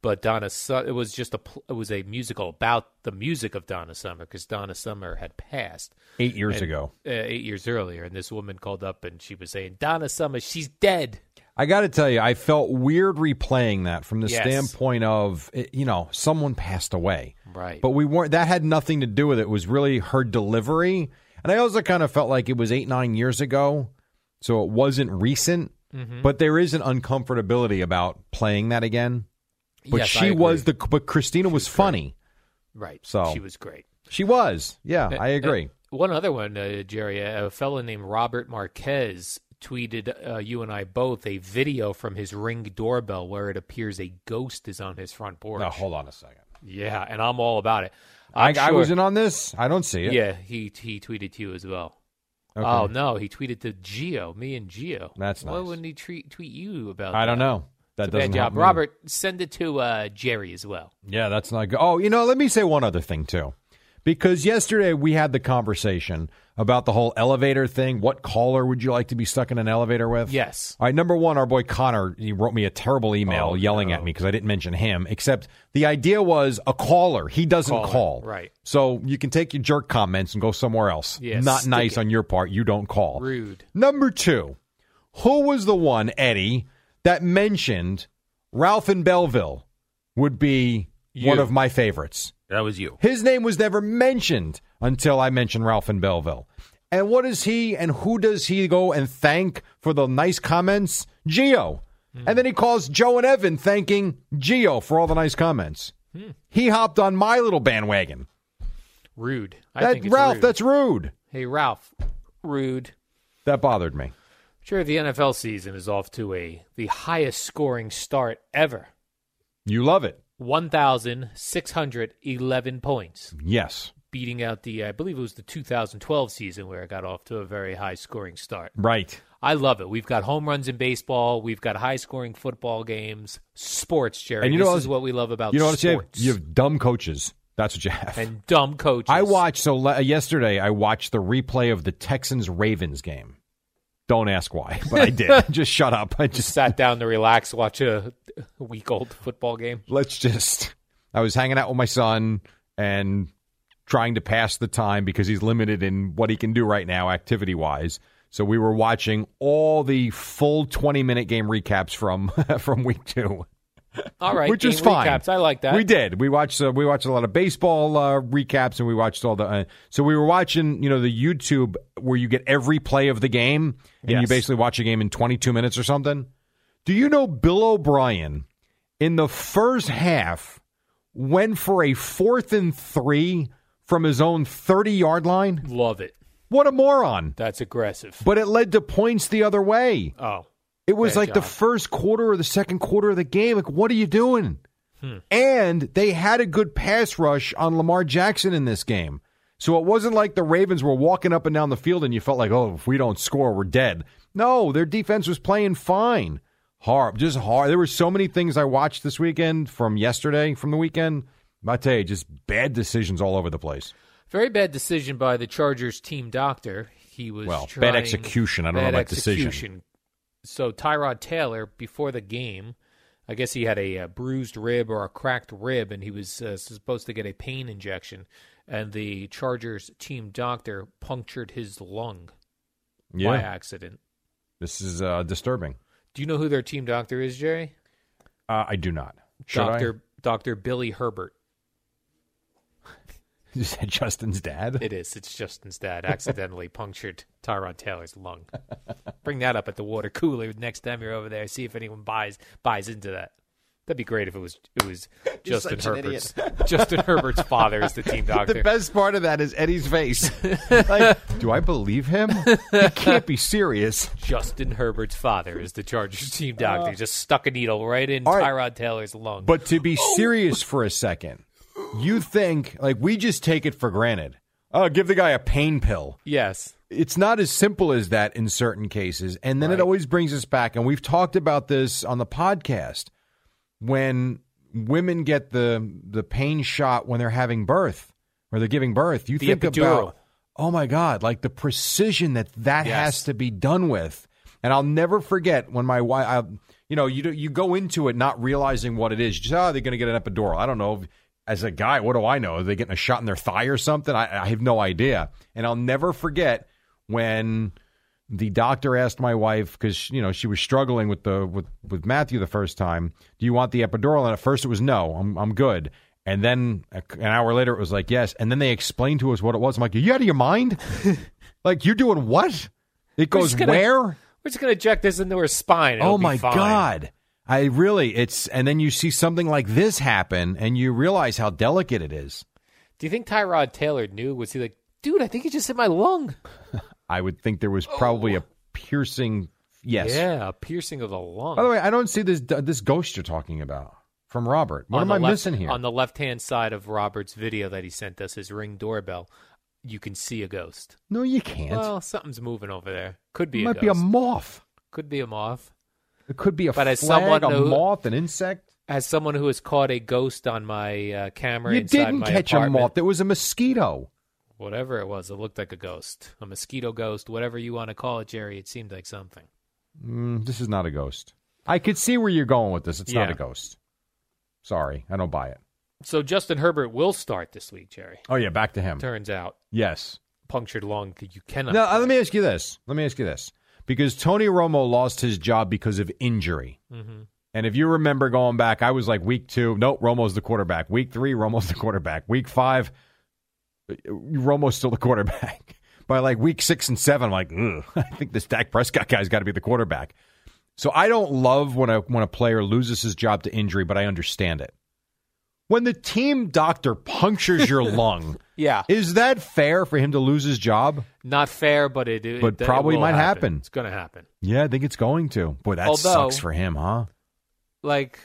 but Donna, Su- it was just a pl- it was a musical about the music of Donna Summer because Donna Summer had passed.
Eight years
and-
ago.
uh, eight years earlier, and this woman called up and she was saying, "Donna Summer, she's dead."
I got to tell you, I felt weird replaying that from the
Yes.
standpoint of, eh, you know, someone passed away.
Right.
But we weren't, that had nothing to do with it. It was really her delivery. And I also kind of felt like it was eight, nine years ago. So it wasn't recent.
Mm-hmm.
But there is an uncomfortability about playing that again. But
Yes, I
she was
agree.
the, but Christina was funny.
right.
so.
she was great.
She was. Yeah, I
Uh,
agree.
uh, One other one, uh, Jerry, a fellow named Robert Marquez tweeted uh, you and I both a video from his ring doorbell where it appears a ghost is on his front porch.
Now, hold on a second.
Yeah, and I'm all about it.
I,
I'm
I
sure-
was in on this. I don't see it.
Yeah, he he tweeted to you as well.
Okay.
Oh no, he tweeted to Geo, me and Geo.
That's
Why
nice.
wouldn't he tweet tweet you about?
I don't
that?
know. That
It's a
doesn't
bad
help
job,
me.
Robert. Send it to uh, Jerry as well.
Yeah, that's not good. Oh, you know, let me say one other thing too. Because yesterday we had the conversation about the whole elevator thing. What caller would you like to be stuck in an elevator with?
Yes.
All right, number one, our boy Connor, he wrote me a terrible email
Oh,
yelling at me because I didn't mention him, except the idea was a caller. He doesn't
Caller,
call.
right.
So you can take your jerk comments and go somewhere else.
Yeah,
Not
stick
nice
it.
on your part. You don't call.
Rude.
Number two, who was the one, Eddie, that mentioned Ralph and Belleville would be one
You.
of my favorites?
That was you.
His name was never mentioned until I mentioned Ralph and Belleville. And what is he and who does he go and thank for the nice comments? Geo.
Hmm.
And then he calls Joe and Evan thanking Geo for all the nice comments.
Hmm.
He hopped on my little bandwagon.
Rude. I
that
think it's
Ralph,
rude.
that's rude.
hey Ralph. Rude.
That bothered me.
Sure, the NFL season is off to a the highest scoring start ever.
You love it.
1,611 points,
Yes.
beating out the, I believe it was the 2012 season where it got off to a very high scoring start.
Right.
I love it. We've got home runs in baseball. We've got high scoring football games. Sports, Jerry.
And you
this
know
is what we love about
you know what you have?
sports.
You have dumb coaches. That's what you have.
and dumb coaches.
I watched so le- yesterday. I watched the replay of the Texans Ravens game. Don't ask why, but I did. just shut up. I
Just
just
sat down to relax, watch a week old football game.
let's just. I was hanging out with my son and trying to pass the time because he's limited in what he can do right now, activity wise. So we were watching all the full twenty minute game recaps from from week two.
All right,
which is
game
fine.
Recaps. I like that.
We did. We watched. Uh, we watched a lot of baseball uh, recaps, and we watched all the. Uh, so we were watching, you know, the YouTube where you get every play of the game, and you
Yes.
basically watch a game in 22 minutes or something. Do you know Bill O'Brien in the first half went for a fourth and three from his own 30 yard line?
Love it.
What a moron!
That's aggressive.
But it led to points the other way.
oh,
It was
Bad
like the
job.
first quarter or the second quarter of the game. Like, what are you doing?
Hmm.
And they had a good pass rush on Lamar Jackson in this game. So it wasn't like the Ravens were walking up and down the field and you felt like, oh, if we don't score, we're dead. No, their defense was playing fine. Hard, just hard. There were so many things I watched this weekend from yesterday, from the weekend. I tell you, just bad decisions all over the place.
Very bad decision by the Chargers team doctor. He was
Well, bad
trying-
execution. I don't know
bad
about decision.
execution. So Tyrod Taylor before the game, I guess he had a, uh bruised rib or a cracked rib, and he was uh, supposed to get a pain injection. And the Chargers team doctor punctured his lung by accident.
This is uh, disturbing.
Do you know who their team doctor is, Jerry?
Uh, I do not. Should I?
Doctor Doctor Billy Herbert.
You said Justin's dad?
It is. It's Justin's dad accidentally punctured Tyrod Taylor's lung. Bring that up at the water cooler next time you're over there. See if anyone buys buys into that. That'd be great if it was it was Justin
such an
Herbert's Justin Herbert's father is the team doctor.
The best part of that is Eddie's face. like, do I believe him? He can't be serious.
Justin Herbert's father is the Chargers team doctor. Just stuck a needle right in
Uh, all right.
Tyrod Taylor's lung.
But to be serious for a second, you think like we just take it for granted. Oh, give the guy a pain pill.
yes,
It's not as simple as that in certain cases. And then it always brings us back, and we've talked about this on the podcast when women get the the pain shot when they're having birth or they're giving birth. You
The
think
epidural.
about oh my god, like the precision that that
Yes.
has to be done with. And I'll never forget when my wife, I, you know, you do- you go into it not realizing what it is. You just oh, they're going to get an epidural. I don't know. As a guy, what do I know? Are they getting a shot in their thigh or something? I, I have no idea. And I'll never forget when the doctor asked my wife because you know she was struggling with the with with Matthew the first time. Do you want the epidural? And at first it was no, I'm I'm good. And then a- an hour later it was like yes. And then they explained to us what it was. I'm like, are you out of your mind? like you're doing what? It goes
just gonna-
where?
we're just gonna inject this into her spine. It'll
oh
be
my
fine.
god! I really it's and then you see something like this happen and you realize how delicate it is.
Do you think Tyrod Taylor knew? Was he like Dude, I think it just hit my lung.
I would think there was probably
Oh.
a piercing. Yes.
Yeah, a piercing of the lung.
By the way, I don't see this uh, this ghost you're talking about from Robert. What
On
am
the
I
left-
missing here?
On the left hand side of Robert's video that he sent us, his ring doorbell, you can see a ghost.
no, you can't.
Well, something's moving over there. Could be
it
a
might
ghost.
be a moth.
Could be a moth.
It could be a
But
flag,
as someone
a
who-
moth, an insect.
As someone who has caught a ghost on my uh, camera,
You
inside
didn't
my
catch a
apartment,
moth. It was a mosquito.
Whatever it was, it looked like a ghost, a mosquito ghost, whatever you want to call it, Jerry. It seemed like something.
Mm, this is not a ghost. I could see where you're going with this. It's not a
Yeah.
ghost. Sorry, I don't buy it.
So Justin Herbert will start this week, Jerry.
Oh yeah, back to him.
Turns out,
Yes.
punctured lung. You cannot.
Now, uh, let me ask you this. Let me ask you this. Because Tony Romo lost his job because of injury. And if you remember going back, I was like week two, no, Romo's the quarterback. Week three, Romo's the quarterback. Week five, uh, Romo's still the quarterback. By like week six and seven, I'm like, Ugh, I think this Dak Prescott guy's got to be the quarterback. So I don't love when a when a player loses his job to injury, but I understand it. When the team doctor punctures your lung,
Yeah,
is that fair for him to lose his job?
not fair, but it. it
But
it
probably
will
might happen.
It's going to happen.
Yeah, I think it's going to. Boy, that
Although-
sucks for him, huh?
Like,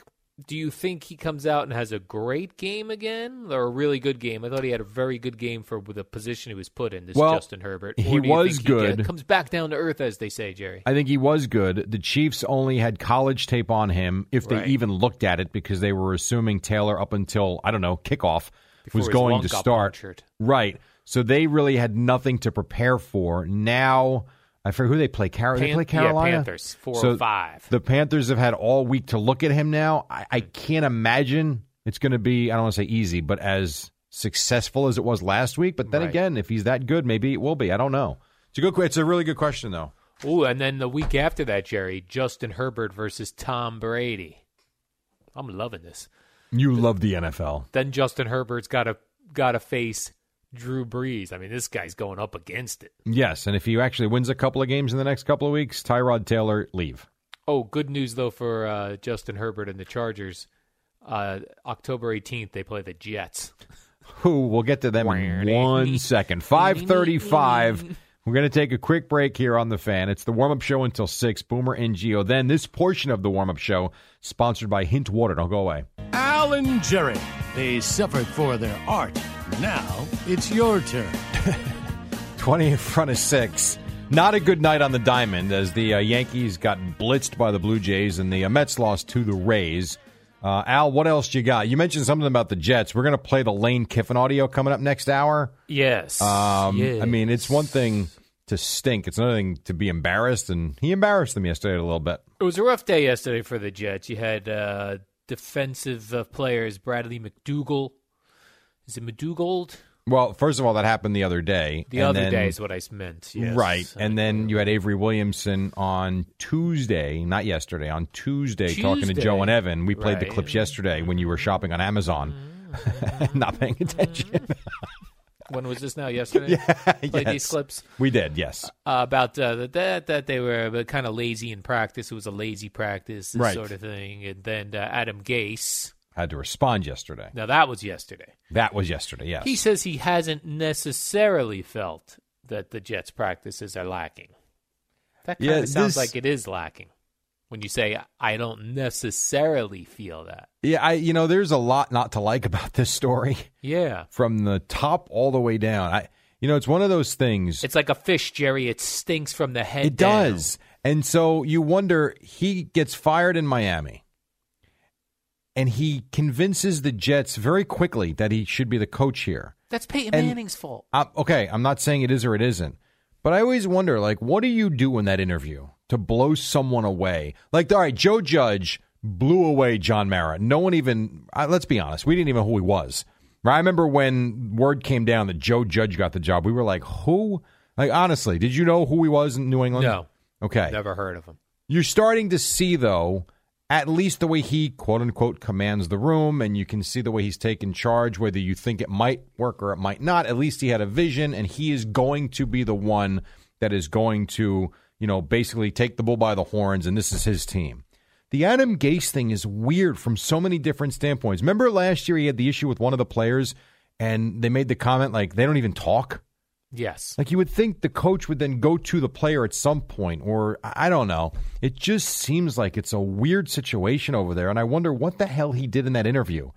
do you think he comes out and has a great game again, or a really good game? I thought he had a very good game for the position he was put in. This
Well,
Justin Herbert. Or
he
do you
was
think
good.
get- comes back down to earth, as they say, Jerry.
I think he was good. The Chiefs only had college tape on him, if
Right.
they even looked at it, because they were assuming Taylor up until I don't know kickoff
Before
was
his
going
lung
to
got
start.
punctured.
Right. So they really had nothing to prepare for. Now I forget who they play. Car- they
Pan-
play
yeah,
Carolina.
Panthers, four or five.
The Panthers have had all week to look at him now. I, I can't imagine it's going to be. I don't want to say easy, but as successful as it was last week. But then
Right.
again, if he's that good, maybe it will be. I don't know. It's a good. que- It's a really good question though.
Ooh, and then the week after that, Jerry, Justin Herbert versus Tom Brady. I'm loving this.
You love the NFL.
Then Justin Herbert's got to got to face Drew Brees. I mean, this guy's going up against it.
Yes, and if he actually wins a couple of games in the next couple of weeks, Tyrod Taylor leave.
Oh, good news though for uh, Justin Herbert and the Chargers. Uh, October 18th, they play the Jets.
Who we'll get to them in one second. Five thirty-five. We're going to take a quick break here on the fan. It's the warm-up show until six. Boomer and Geo. Then this portion of the warm-up show sponsored by Hint Water. Don't go away.
Al and Jerry. They suffered for their art. Now it's your turn.
Twenty in front of six. Not a good night on the diamond as the uh, Yankees got blitzed by the Blue Jays and the uh, Mets lost to the Rays. Uh, Al, what else you got? You mentioned something about the Jets. We're going to play the Lane Kiffin audio coming up next hour.
Yes.
Um, I mean, it's one thing to stink; it's another thing to be embarrassed, and he embarrassed them yesterday a little bit.
It was a rough day yesterday for the Jets. You had uh, defensive uh, players Bradley McDougal. Is it McDougald?
Well, first of all, that happened the other day.
The
and
other
then-
day is what I meant. Yes.
right? And then you had Avery Williamson on Tuesday, not yesterday, on Tuesday, talking to
Tuesday.
Joe and Evan. We played the
Right. Ah.
clips yesterday when you were shopping on Amazon. not paying attention.
when was this now? Yesterday. Played these
yes.
clips.
We did, yes.
uh, about uh, that- that that they were kind of lazy in practice. It was a lazy practice, this
Right.
sort of thing. And then uh, Adam Gase.
Had to respond yesterday.
Now that was yesterday.
That was yesterday. Yes.
He says he hasn't necessarily felt that the Jets' practices are lacking. That kind
Yeah,
of sounds
this-
like it is lacking when you say I don't necessarily feel that.
yeah, I. You know, there's a lot not to like about this story.
Yeah,
from the top all the way down. I, you know, it's one of those things.
it's like a fish, Jerry. It stinks from the head.
it
down.
does, and so you wonder. He gets fired in Miami, and he convinces the Jets very quickly that he should be the coach here.
That's Peyton
And-
Manning's fault.
i okay, I'm not saying it is or it isn't, but I always wonder, like, what do you do in that interview to blow someone away? Like, all right, Joe Judge blew away John Mara. No one even, I, let's be honest, we didn't even know who he was. Right? I remember when word came down that Joe Judge got the job, we were like, who? Like, honestly, did you know who he was in New England?
No.
Okay.
Never heard of him.
You're starting to see, though, at least the way he, quote unquote, commands the room, and you can see the way he's taken charge, whether you think it might work or it might not. At least he had a vision, and he is going to be the one that is going to, you know, basically take the bull by the horns, and this is his team. The Adam Gase thing is weird from so many different standpoints. Remember last year he had the issue with one of the players, and they made the comment like they don't even talk.
Yes.
Like you would think the coach would then go to the player at some point, or I I don't know. It just seems like it's a weird situation over there, and I wonder what the hell he did in that interview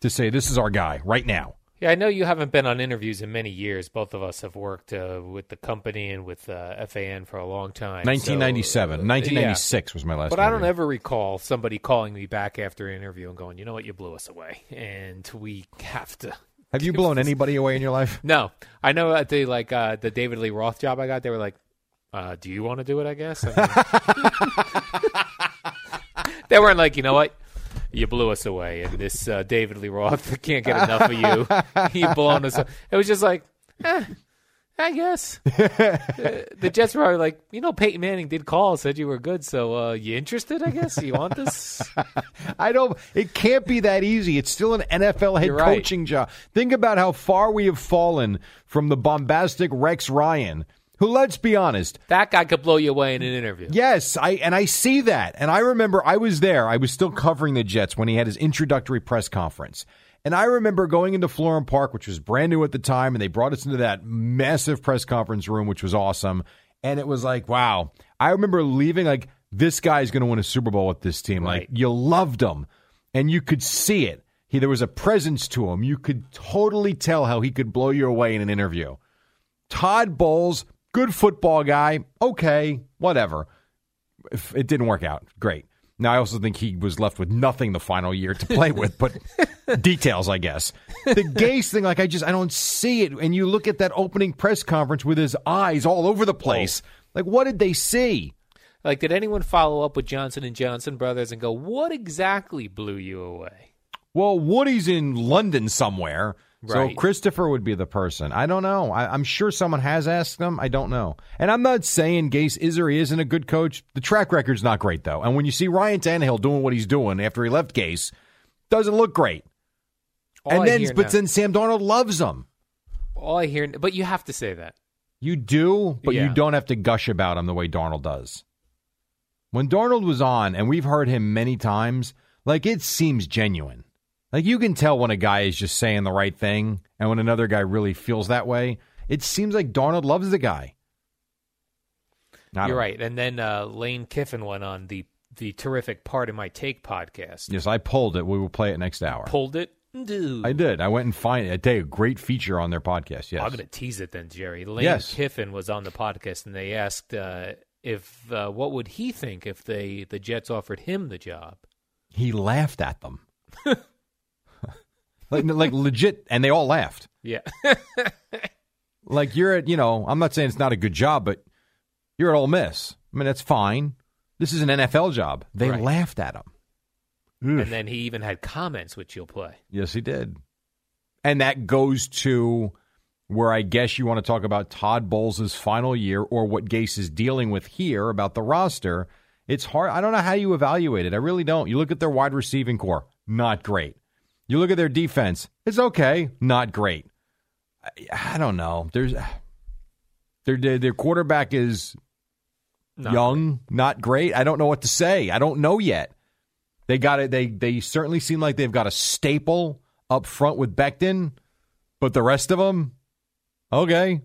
to say this is our guy right now.
Yeah, I know you haven't been on interviews in many years. Both of us have workworked uh, with the company and with uh, FAN for a long time.
1997,
So, uh,
1996 was my
yeah.
last.
But I don't
interview.
ever recall somebody calling me back after an interview and going, "You know what? You blew us away, and we have to."
Have you blown anybody away in your life?
No, I know at the like uh, the David Lee Roth job I got, they were like, uh, "Do you want to do it?" I guess. I mean- they weren't like, you know what. You blew us away, and this uh, David Lee Roth can't get enough of you. you blown us. It was just like, eh, I guess Uh, the Jets were probably like, you know, Peyton Manning did call, said you were good, so uh, you interested? I guess you want this.
I don't. It can't be that easy. It's still an NFL head
You're right.
coaching job. Think about how far we have fallen from the bombastic Rex Ryan, who, let's be honest,
that guy could blow you away in an interview.
Yes, I and I see that. And I remember I was there. I was still covering the Jets when he had his introductory press conference. And I remember going into Florham Park, which was brand new at the time, and they brought us into that massive press conference room, which was awesome. And it was like, wow. I remember leaving like this guy's going to win a Super Bowl with this team. Like you loved him, and you could see it. He there was a presence to him. You could totally tell how he could blow you away in an interview. Todd Bowles, good football guy. Okay, whatever. If it didn't work out, great. Now I also think he was left with nothing the final year to play with, but details, I guess. The Gase thing, like I just I don't see it. And you look at that opening press conference with his eyes all over the place. Like what did they see?
Like, did anyone follow up with Johnson and Johnson brothers and go, "What exactly blew you away"?
Well, Woody's in London somewhere. So
Right.
Christopher would be the person. I don't know. I, I'm sure someone has asked them. I don't know. And I'm not saying Gase is or he isn't a good coach. The track record's not great though. And when you see Ryan Tannehill doing what he's doing after he left Gase, doesn't look great.
All
and
I
then,
hear
but
now-
then Sam Darnold loves him.
all I hear, but you have to say that.
You do, but you
Yeah.
don't have to gush about him the way Darnold does. When Darnold was on, and we've heard him many times, like it seems genuine. Like you can tell when a guy is just saying the right thing and when another guy really feels that way. It seems like Darnold loves the guy. I don't
You're
know.
right. And then uh, Lane Kiffin went on the the terrific part of my take podcast.
Yes, I pulled it. We will play it next hour.
Pulled it. Dude.
I did. I went and find it. They a great feature on their podcast. Yes.
I'm going to tease it then, Jerry. Lane
Yes.
Kiffin was on the podcast, and they asked uh, if uh, what would he think if they the Jets offered him the job.
He laughed at them. like, like legit, and they all laughed.
Yeah,
like you're at you know i'm not saying it's not a good job but you're at Ole Miss I mean that's fine this is an NFL job they
Right.
laughed at him
and then he even had comments, which you'll play.
yes he did and that goes to where I guess you want to talk about Todd Bowles' final year or what Gase is dealing with here about the roster it's hard I don't know how you evaluate it I really don't you look at their wide receiving core not great you look at their defense it's okay not great I, I don't know there's their their their quarterback is
No.
young, not great. I don't know what to say. I don't know yet. They got it. They they certainly seem like they've got a staple up front with Becton, but the rest of them, okay,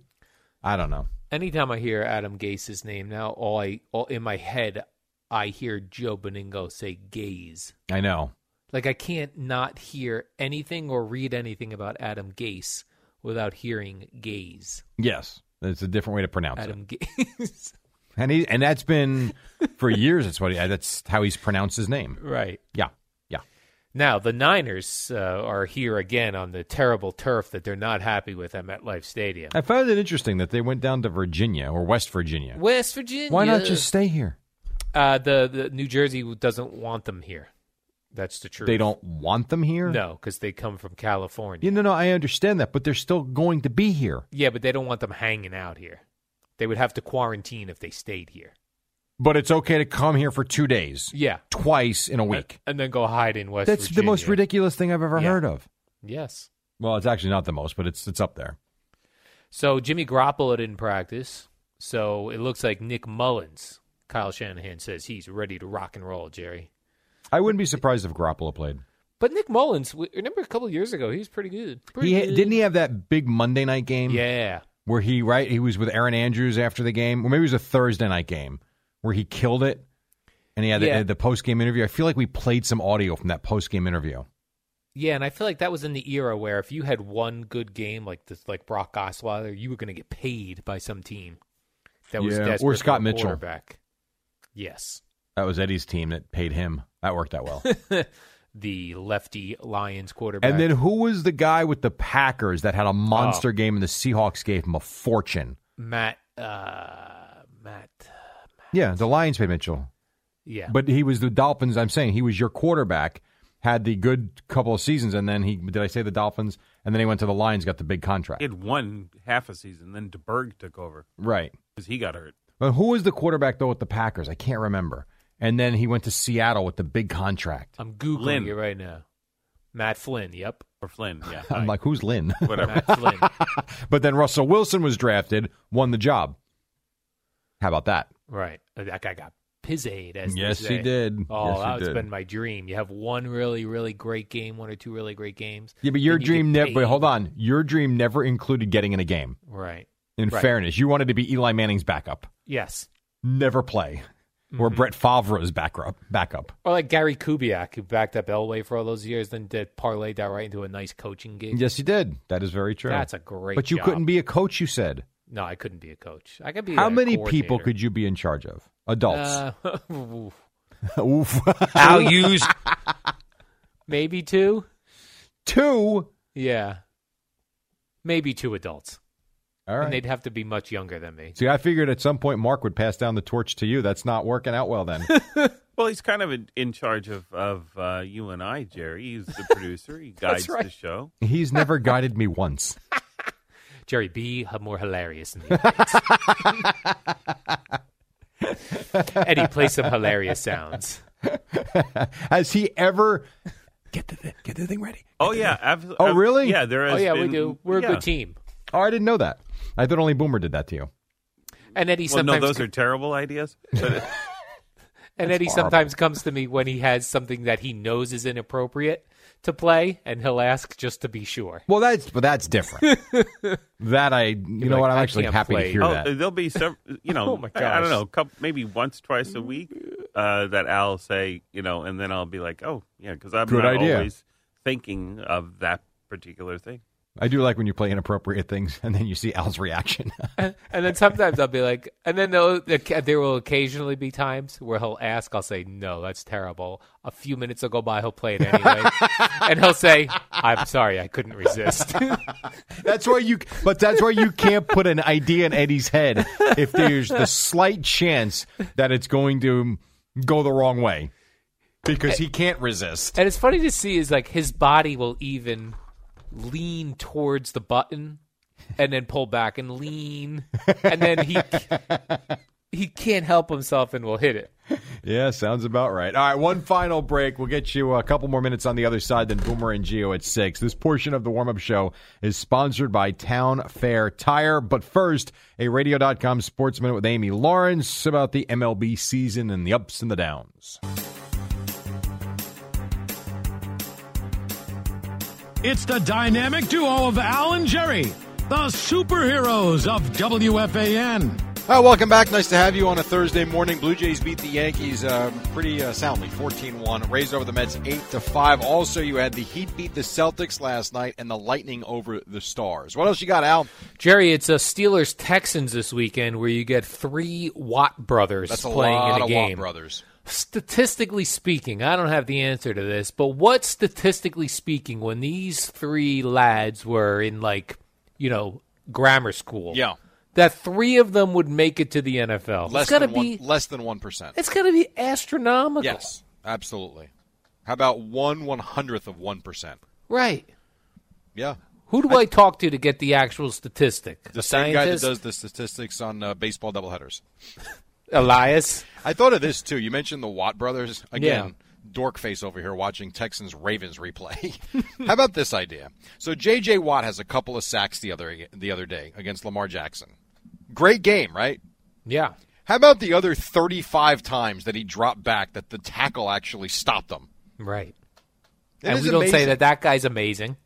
I don't know.
Anytime I hear Adam Gase's name now, all I all in my head, I hear Joe Beningo say "gaze."
I know.
Like I can't not hear anything or read anything about Adam Gase without hearing gaze.
Yes, it's a different way to pronounce it.
Adam Gase.
And he and that's been for years. That's what he, that's how he's pronounced his name.
right.
Yeah, yeah.
Now the Niners uh, are here again on the terrible turf that they're not happy with at MetLife Stadium.
I found it interesting that they went down to Virginia or West Virginia.
West Virginia.
Why not just stay here?
uh, the the New Jersey doesn't want them here. That's the truth.
They don't want them here.
No, because they come from California.
You know, no, I understand that, but they're still going to be here.
Yeah, but they don't want them hanging out here. They would have to quarantine if they stayed here.
But it's okay to come here for two days,
Yeah.
twice in a week.
And then go hide in West
That's the most
Virginia.
ridiculous thing I've ever
Yeah.
heard of.
Yes.
Well, it's actually not the most, but it's it's up there.
So Jimmy Garoppolo didn't practice. So it looks like Nick Mullins. Kyle Shanahan says he's ready to rock and roll, Jerry.
I wouldn't be surprised if Garoppolo played.
But Nick Mullins, w- remember a couple of years ago, he was pretty good. Pretty
He
good.
didn't he have that big Monday night game.
Yeah.
where he right he was with Aaron Andrews after the game, or maybe it was a Thursday night game where he killed it, and he had
Yeah.
the, the post game interview. I feel like we played some audio from that post game interview.
Yeah, and I feel like that was in the era where if you had one good game like this, like Brock Osweiler, you were going to get paid by some team that was
Yeah, or
desperate for
Scott
a
Mitchell.
quarterback. Yes,
That was Eddie's team that paid him. That worked out well.
the lefty Lions quarterback.
and then who was the guy with the Packers that had a
Oh.
monster game and the Seahawks gave him a fortune?
Matt, uh, Matt,
Yeah, the Lions paid Mitchell,
yeah,
but he was the Dolphins. I'm saying he was your quarterback. Had the good couple of seasons, and then he did I say the Dolphins, and then he went to the Lions, got the big contract.
He had one half a season, then DeBerg took over
right.
because he got hurt.
But who was the quarterback though with the Packers? I can't remember. And then he went to Seattle with the big contract.
I'm googling
Lynn.
it right now. Matt Flynn. Yep,
Or Flynn, yeah.
I'm like, who's Lynn?
whatever.
Matt Flynn.
but then Russell Wilson was drafted, won the job. How about that?
Right, Oh, that guy got pizzed. As they
Yes, he
say.
did.
Oh,
Yes, he
that's
did.
been my dream. You have one really, really great game, one or two really great games.
Yeah, but your
then you
dream
get
never. But
paid.
hold on, your dream never included getting in a game.
Right.
In
Right.
fairness, you wanted to be Eli Manning's backup,
Yes.
never play,
Mm-hmm.
or Brett Favre's backup. Backup.
Or like Gary Kubiak, who backed up Elway for all those years, then did parlay that right into a nice coaching gig.
Yes, he did. That is very true.
That's a great.
But you
job.
couldn't be a coach. You said.
No, I couldn't be a coach. I could be.
How
a
many people
coordinator.
could you be in charge of? Adults.
Uh,
Oof.
I'll use
maybe two.
Two.
Yeah. Maybe two adults,
All
and
right.
they'd have to be much younger than me.
See, I figured at some point Mark would pass down the torch to you. That's not working out well then.
Well, he's kind of in, in charge of, of uh, you and I, Jerry. He's the producer. He guides the
right.
show.
He's never guided me once.
Jerry, be h- more hilarious in the audience. Eddie, play some hilarious sounds.
Has he ever get the thi- get the thing ready?
Oh, yeah. I've,
Oh,
I've-
really?
Yeah, there
Oh
has
yeah, we
been-
do. We're a
yeah.
good team.
Oh, I didn't know that. I thought only Boomer did that to you.
And Eddie
Well, no,
sometimes
those are terrible ideas. But
And Eddie sometimes comes to me when he has something that he knows is inappropriate to play, and he'll ask just to be sure.
Well, that's but that's different. that I, you know
like,
what? I'm
I
actually
can't
happy to
play. uh,
hear
oh,
that.
there'll be some, you know,
Oh, my
I, I
gosh.
don't know, couple, maybe once, twice a week uh, that I'll say, you know, and then I'll be like, oh, yeah, because I'm
Good
not
idea.
always thinking of that particular thing.
I do like when you play inappropriate things and then you see Al's reaction.
And then sometimes I'll be like, and then there'll- there will occasionally be times where he'll ask, I'll say, no, that's terrible. A few minutes will go by, he'll play it anyway. and he'll say, I'm sorry, I couldn't resist.
that's why you, but that's why you can't put an idea in Eddie's head if there's the slight chance that it's going to go the wrong way because he can't resist.
And it's funny to see is like his body will even lean towards the button and then pull back and lean and then he he can't help himself and will hit it.
Yeah, sounds about right. All right, one final break. We'll get you a couple more minutes on the other side than Boomer and Geo at six. This portion of the warm up show is sponsored by Town Fair Tire. But first, a radio.com sports minute with Amy Lawrence about the MLB season and the ups and the downs.
It's the dynamic duo of Al and Jerry, the superheroes of WFAN.
All right, welcome back. Nice to have you on a Thursday morning. Blue Jays beat the Yankees uh, pretty uh, soundly, 14-1. Rays over the Mets 8-5. Also, you had the Heat beat the Celtics last night and the Lightning over the Stars. What else you got, Al?
Jerry, it's a Steelers Texans this weekend where you get three Watt brothers
That's a
playing
lot
in a
of
game.
Watt brothers.
Statistically speaking, I don't have the answer to this, but what statistically speaking when these three lads were in like, you know, grammar school.
Yeah.
that three of them would make it to the NFL.
Less
it's gotta
than
be
one, less than one percent.
it's gotta be astronomical.
Yes, absolutely. How about one one hundredth of one percent?
Right.
Yeah,
Who do I, talk to to get the actual statistic?
the
A
same guy that
scientist?
does the statistics on uh, baseball doubleheaders.
Elias.
I thought of this too. You mentioned the Watt brothers again.
Yeah.
Dork face over here watching Texans Ravens replay. How about this idea? So J.J. Watt has a couple of sacks the other the other day against Lamar Jackson. Great game, right?
Yeah.
How about the other 35 times that he dropped back that the tackle actually stopped him?
Right.
It
and
is
we don't say
amazing.
that that guy's amazing.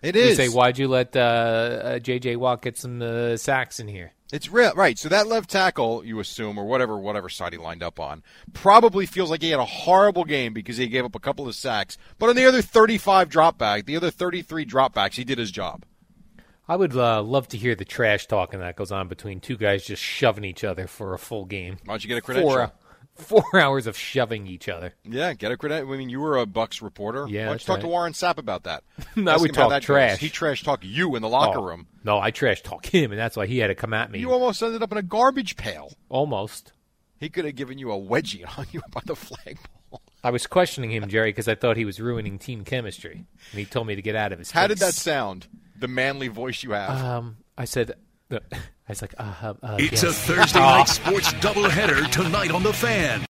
It
We
is.
say, why'd you let uh, uh, J.J. Watt get some uh, sacks in here?
It's real, right. So that left tackle, you assume, or whatever, whatever side he lined up on, probably feels like he had a horrible game because he gave up a couple of sacks. But on the other 35 dropback, the other 33 dropbacks, he did his job.
I would uh, love to hear the trash talking that goes on between two guys just shoving each other for a full game.
Why don't you get a credential?
Four, four hours of shoving each other.
Yeah, get a credential. I mean, you were a Bucks reporter.
Yeah,
Why don't you
that's
talk to
right.
Warren Sapp about that?
No,
Ask
we
him how
talk
that goes.
trash.
He trash talked you in the locker
Oh,
room.
No, I trash talk him, and that's why he had to come at me.
You almost ended up in a garbage pail.
Almost.
He could have given you a wedgie and hung you up on the flagpole.
I was questioning him, Jerry, because I thought he was ruining team chemistry, and he told me to get out of his.
How did that
face.
sound? The manly voice you have.
Um, I said, I was like, uh, uh, uh,
It's a
yes.
Thursday night sports doubleheader tonight on the fan.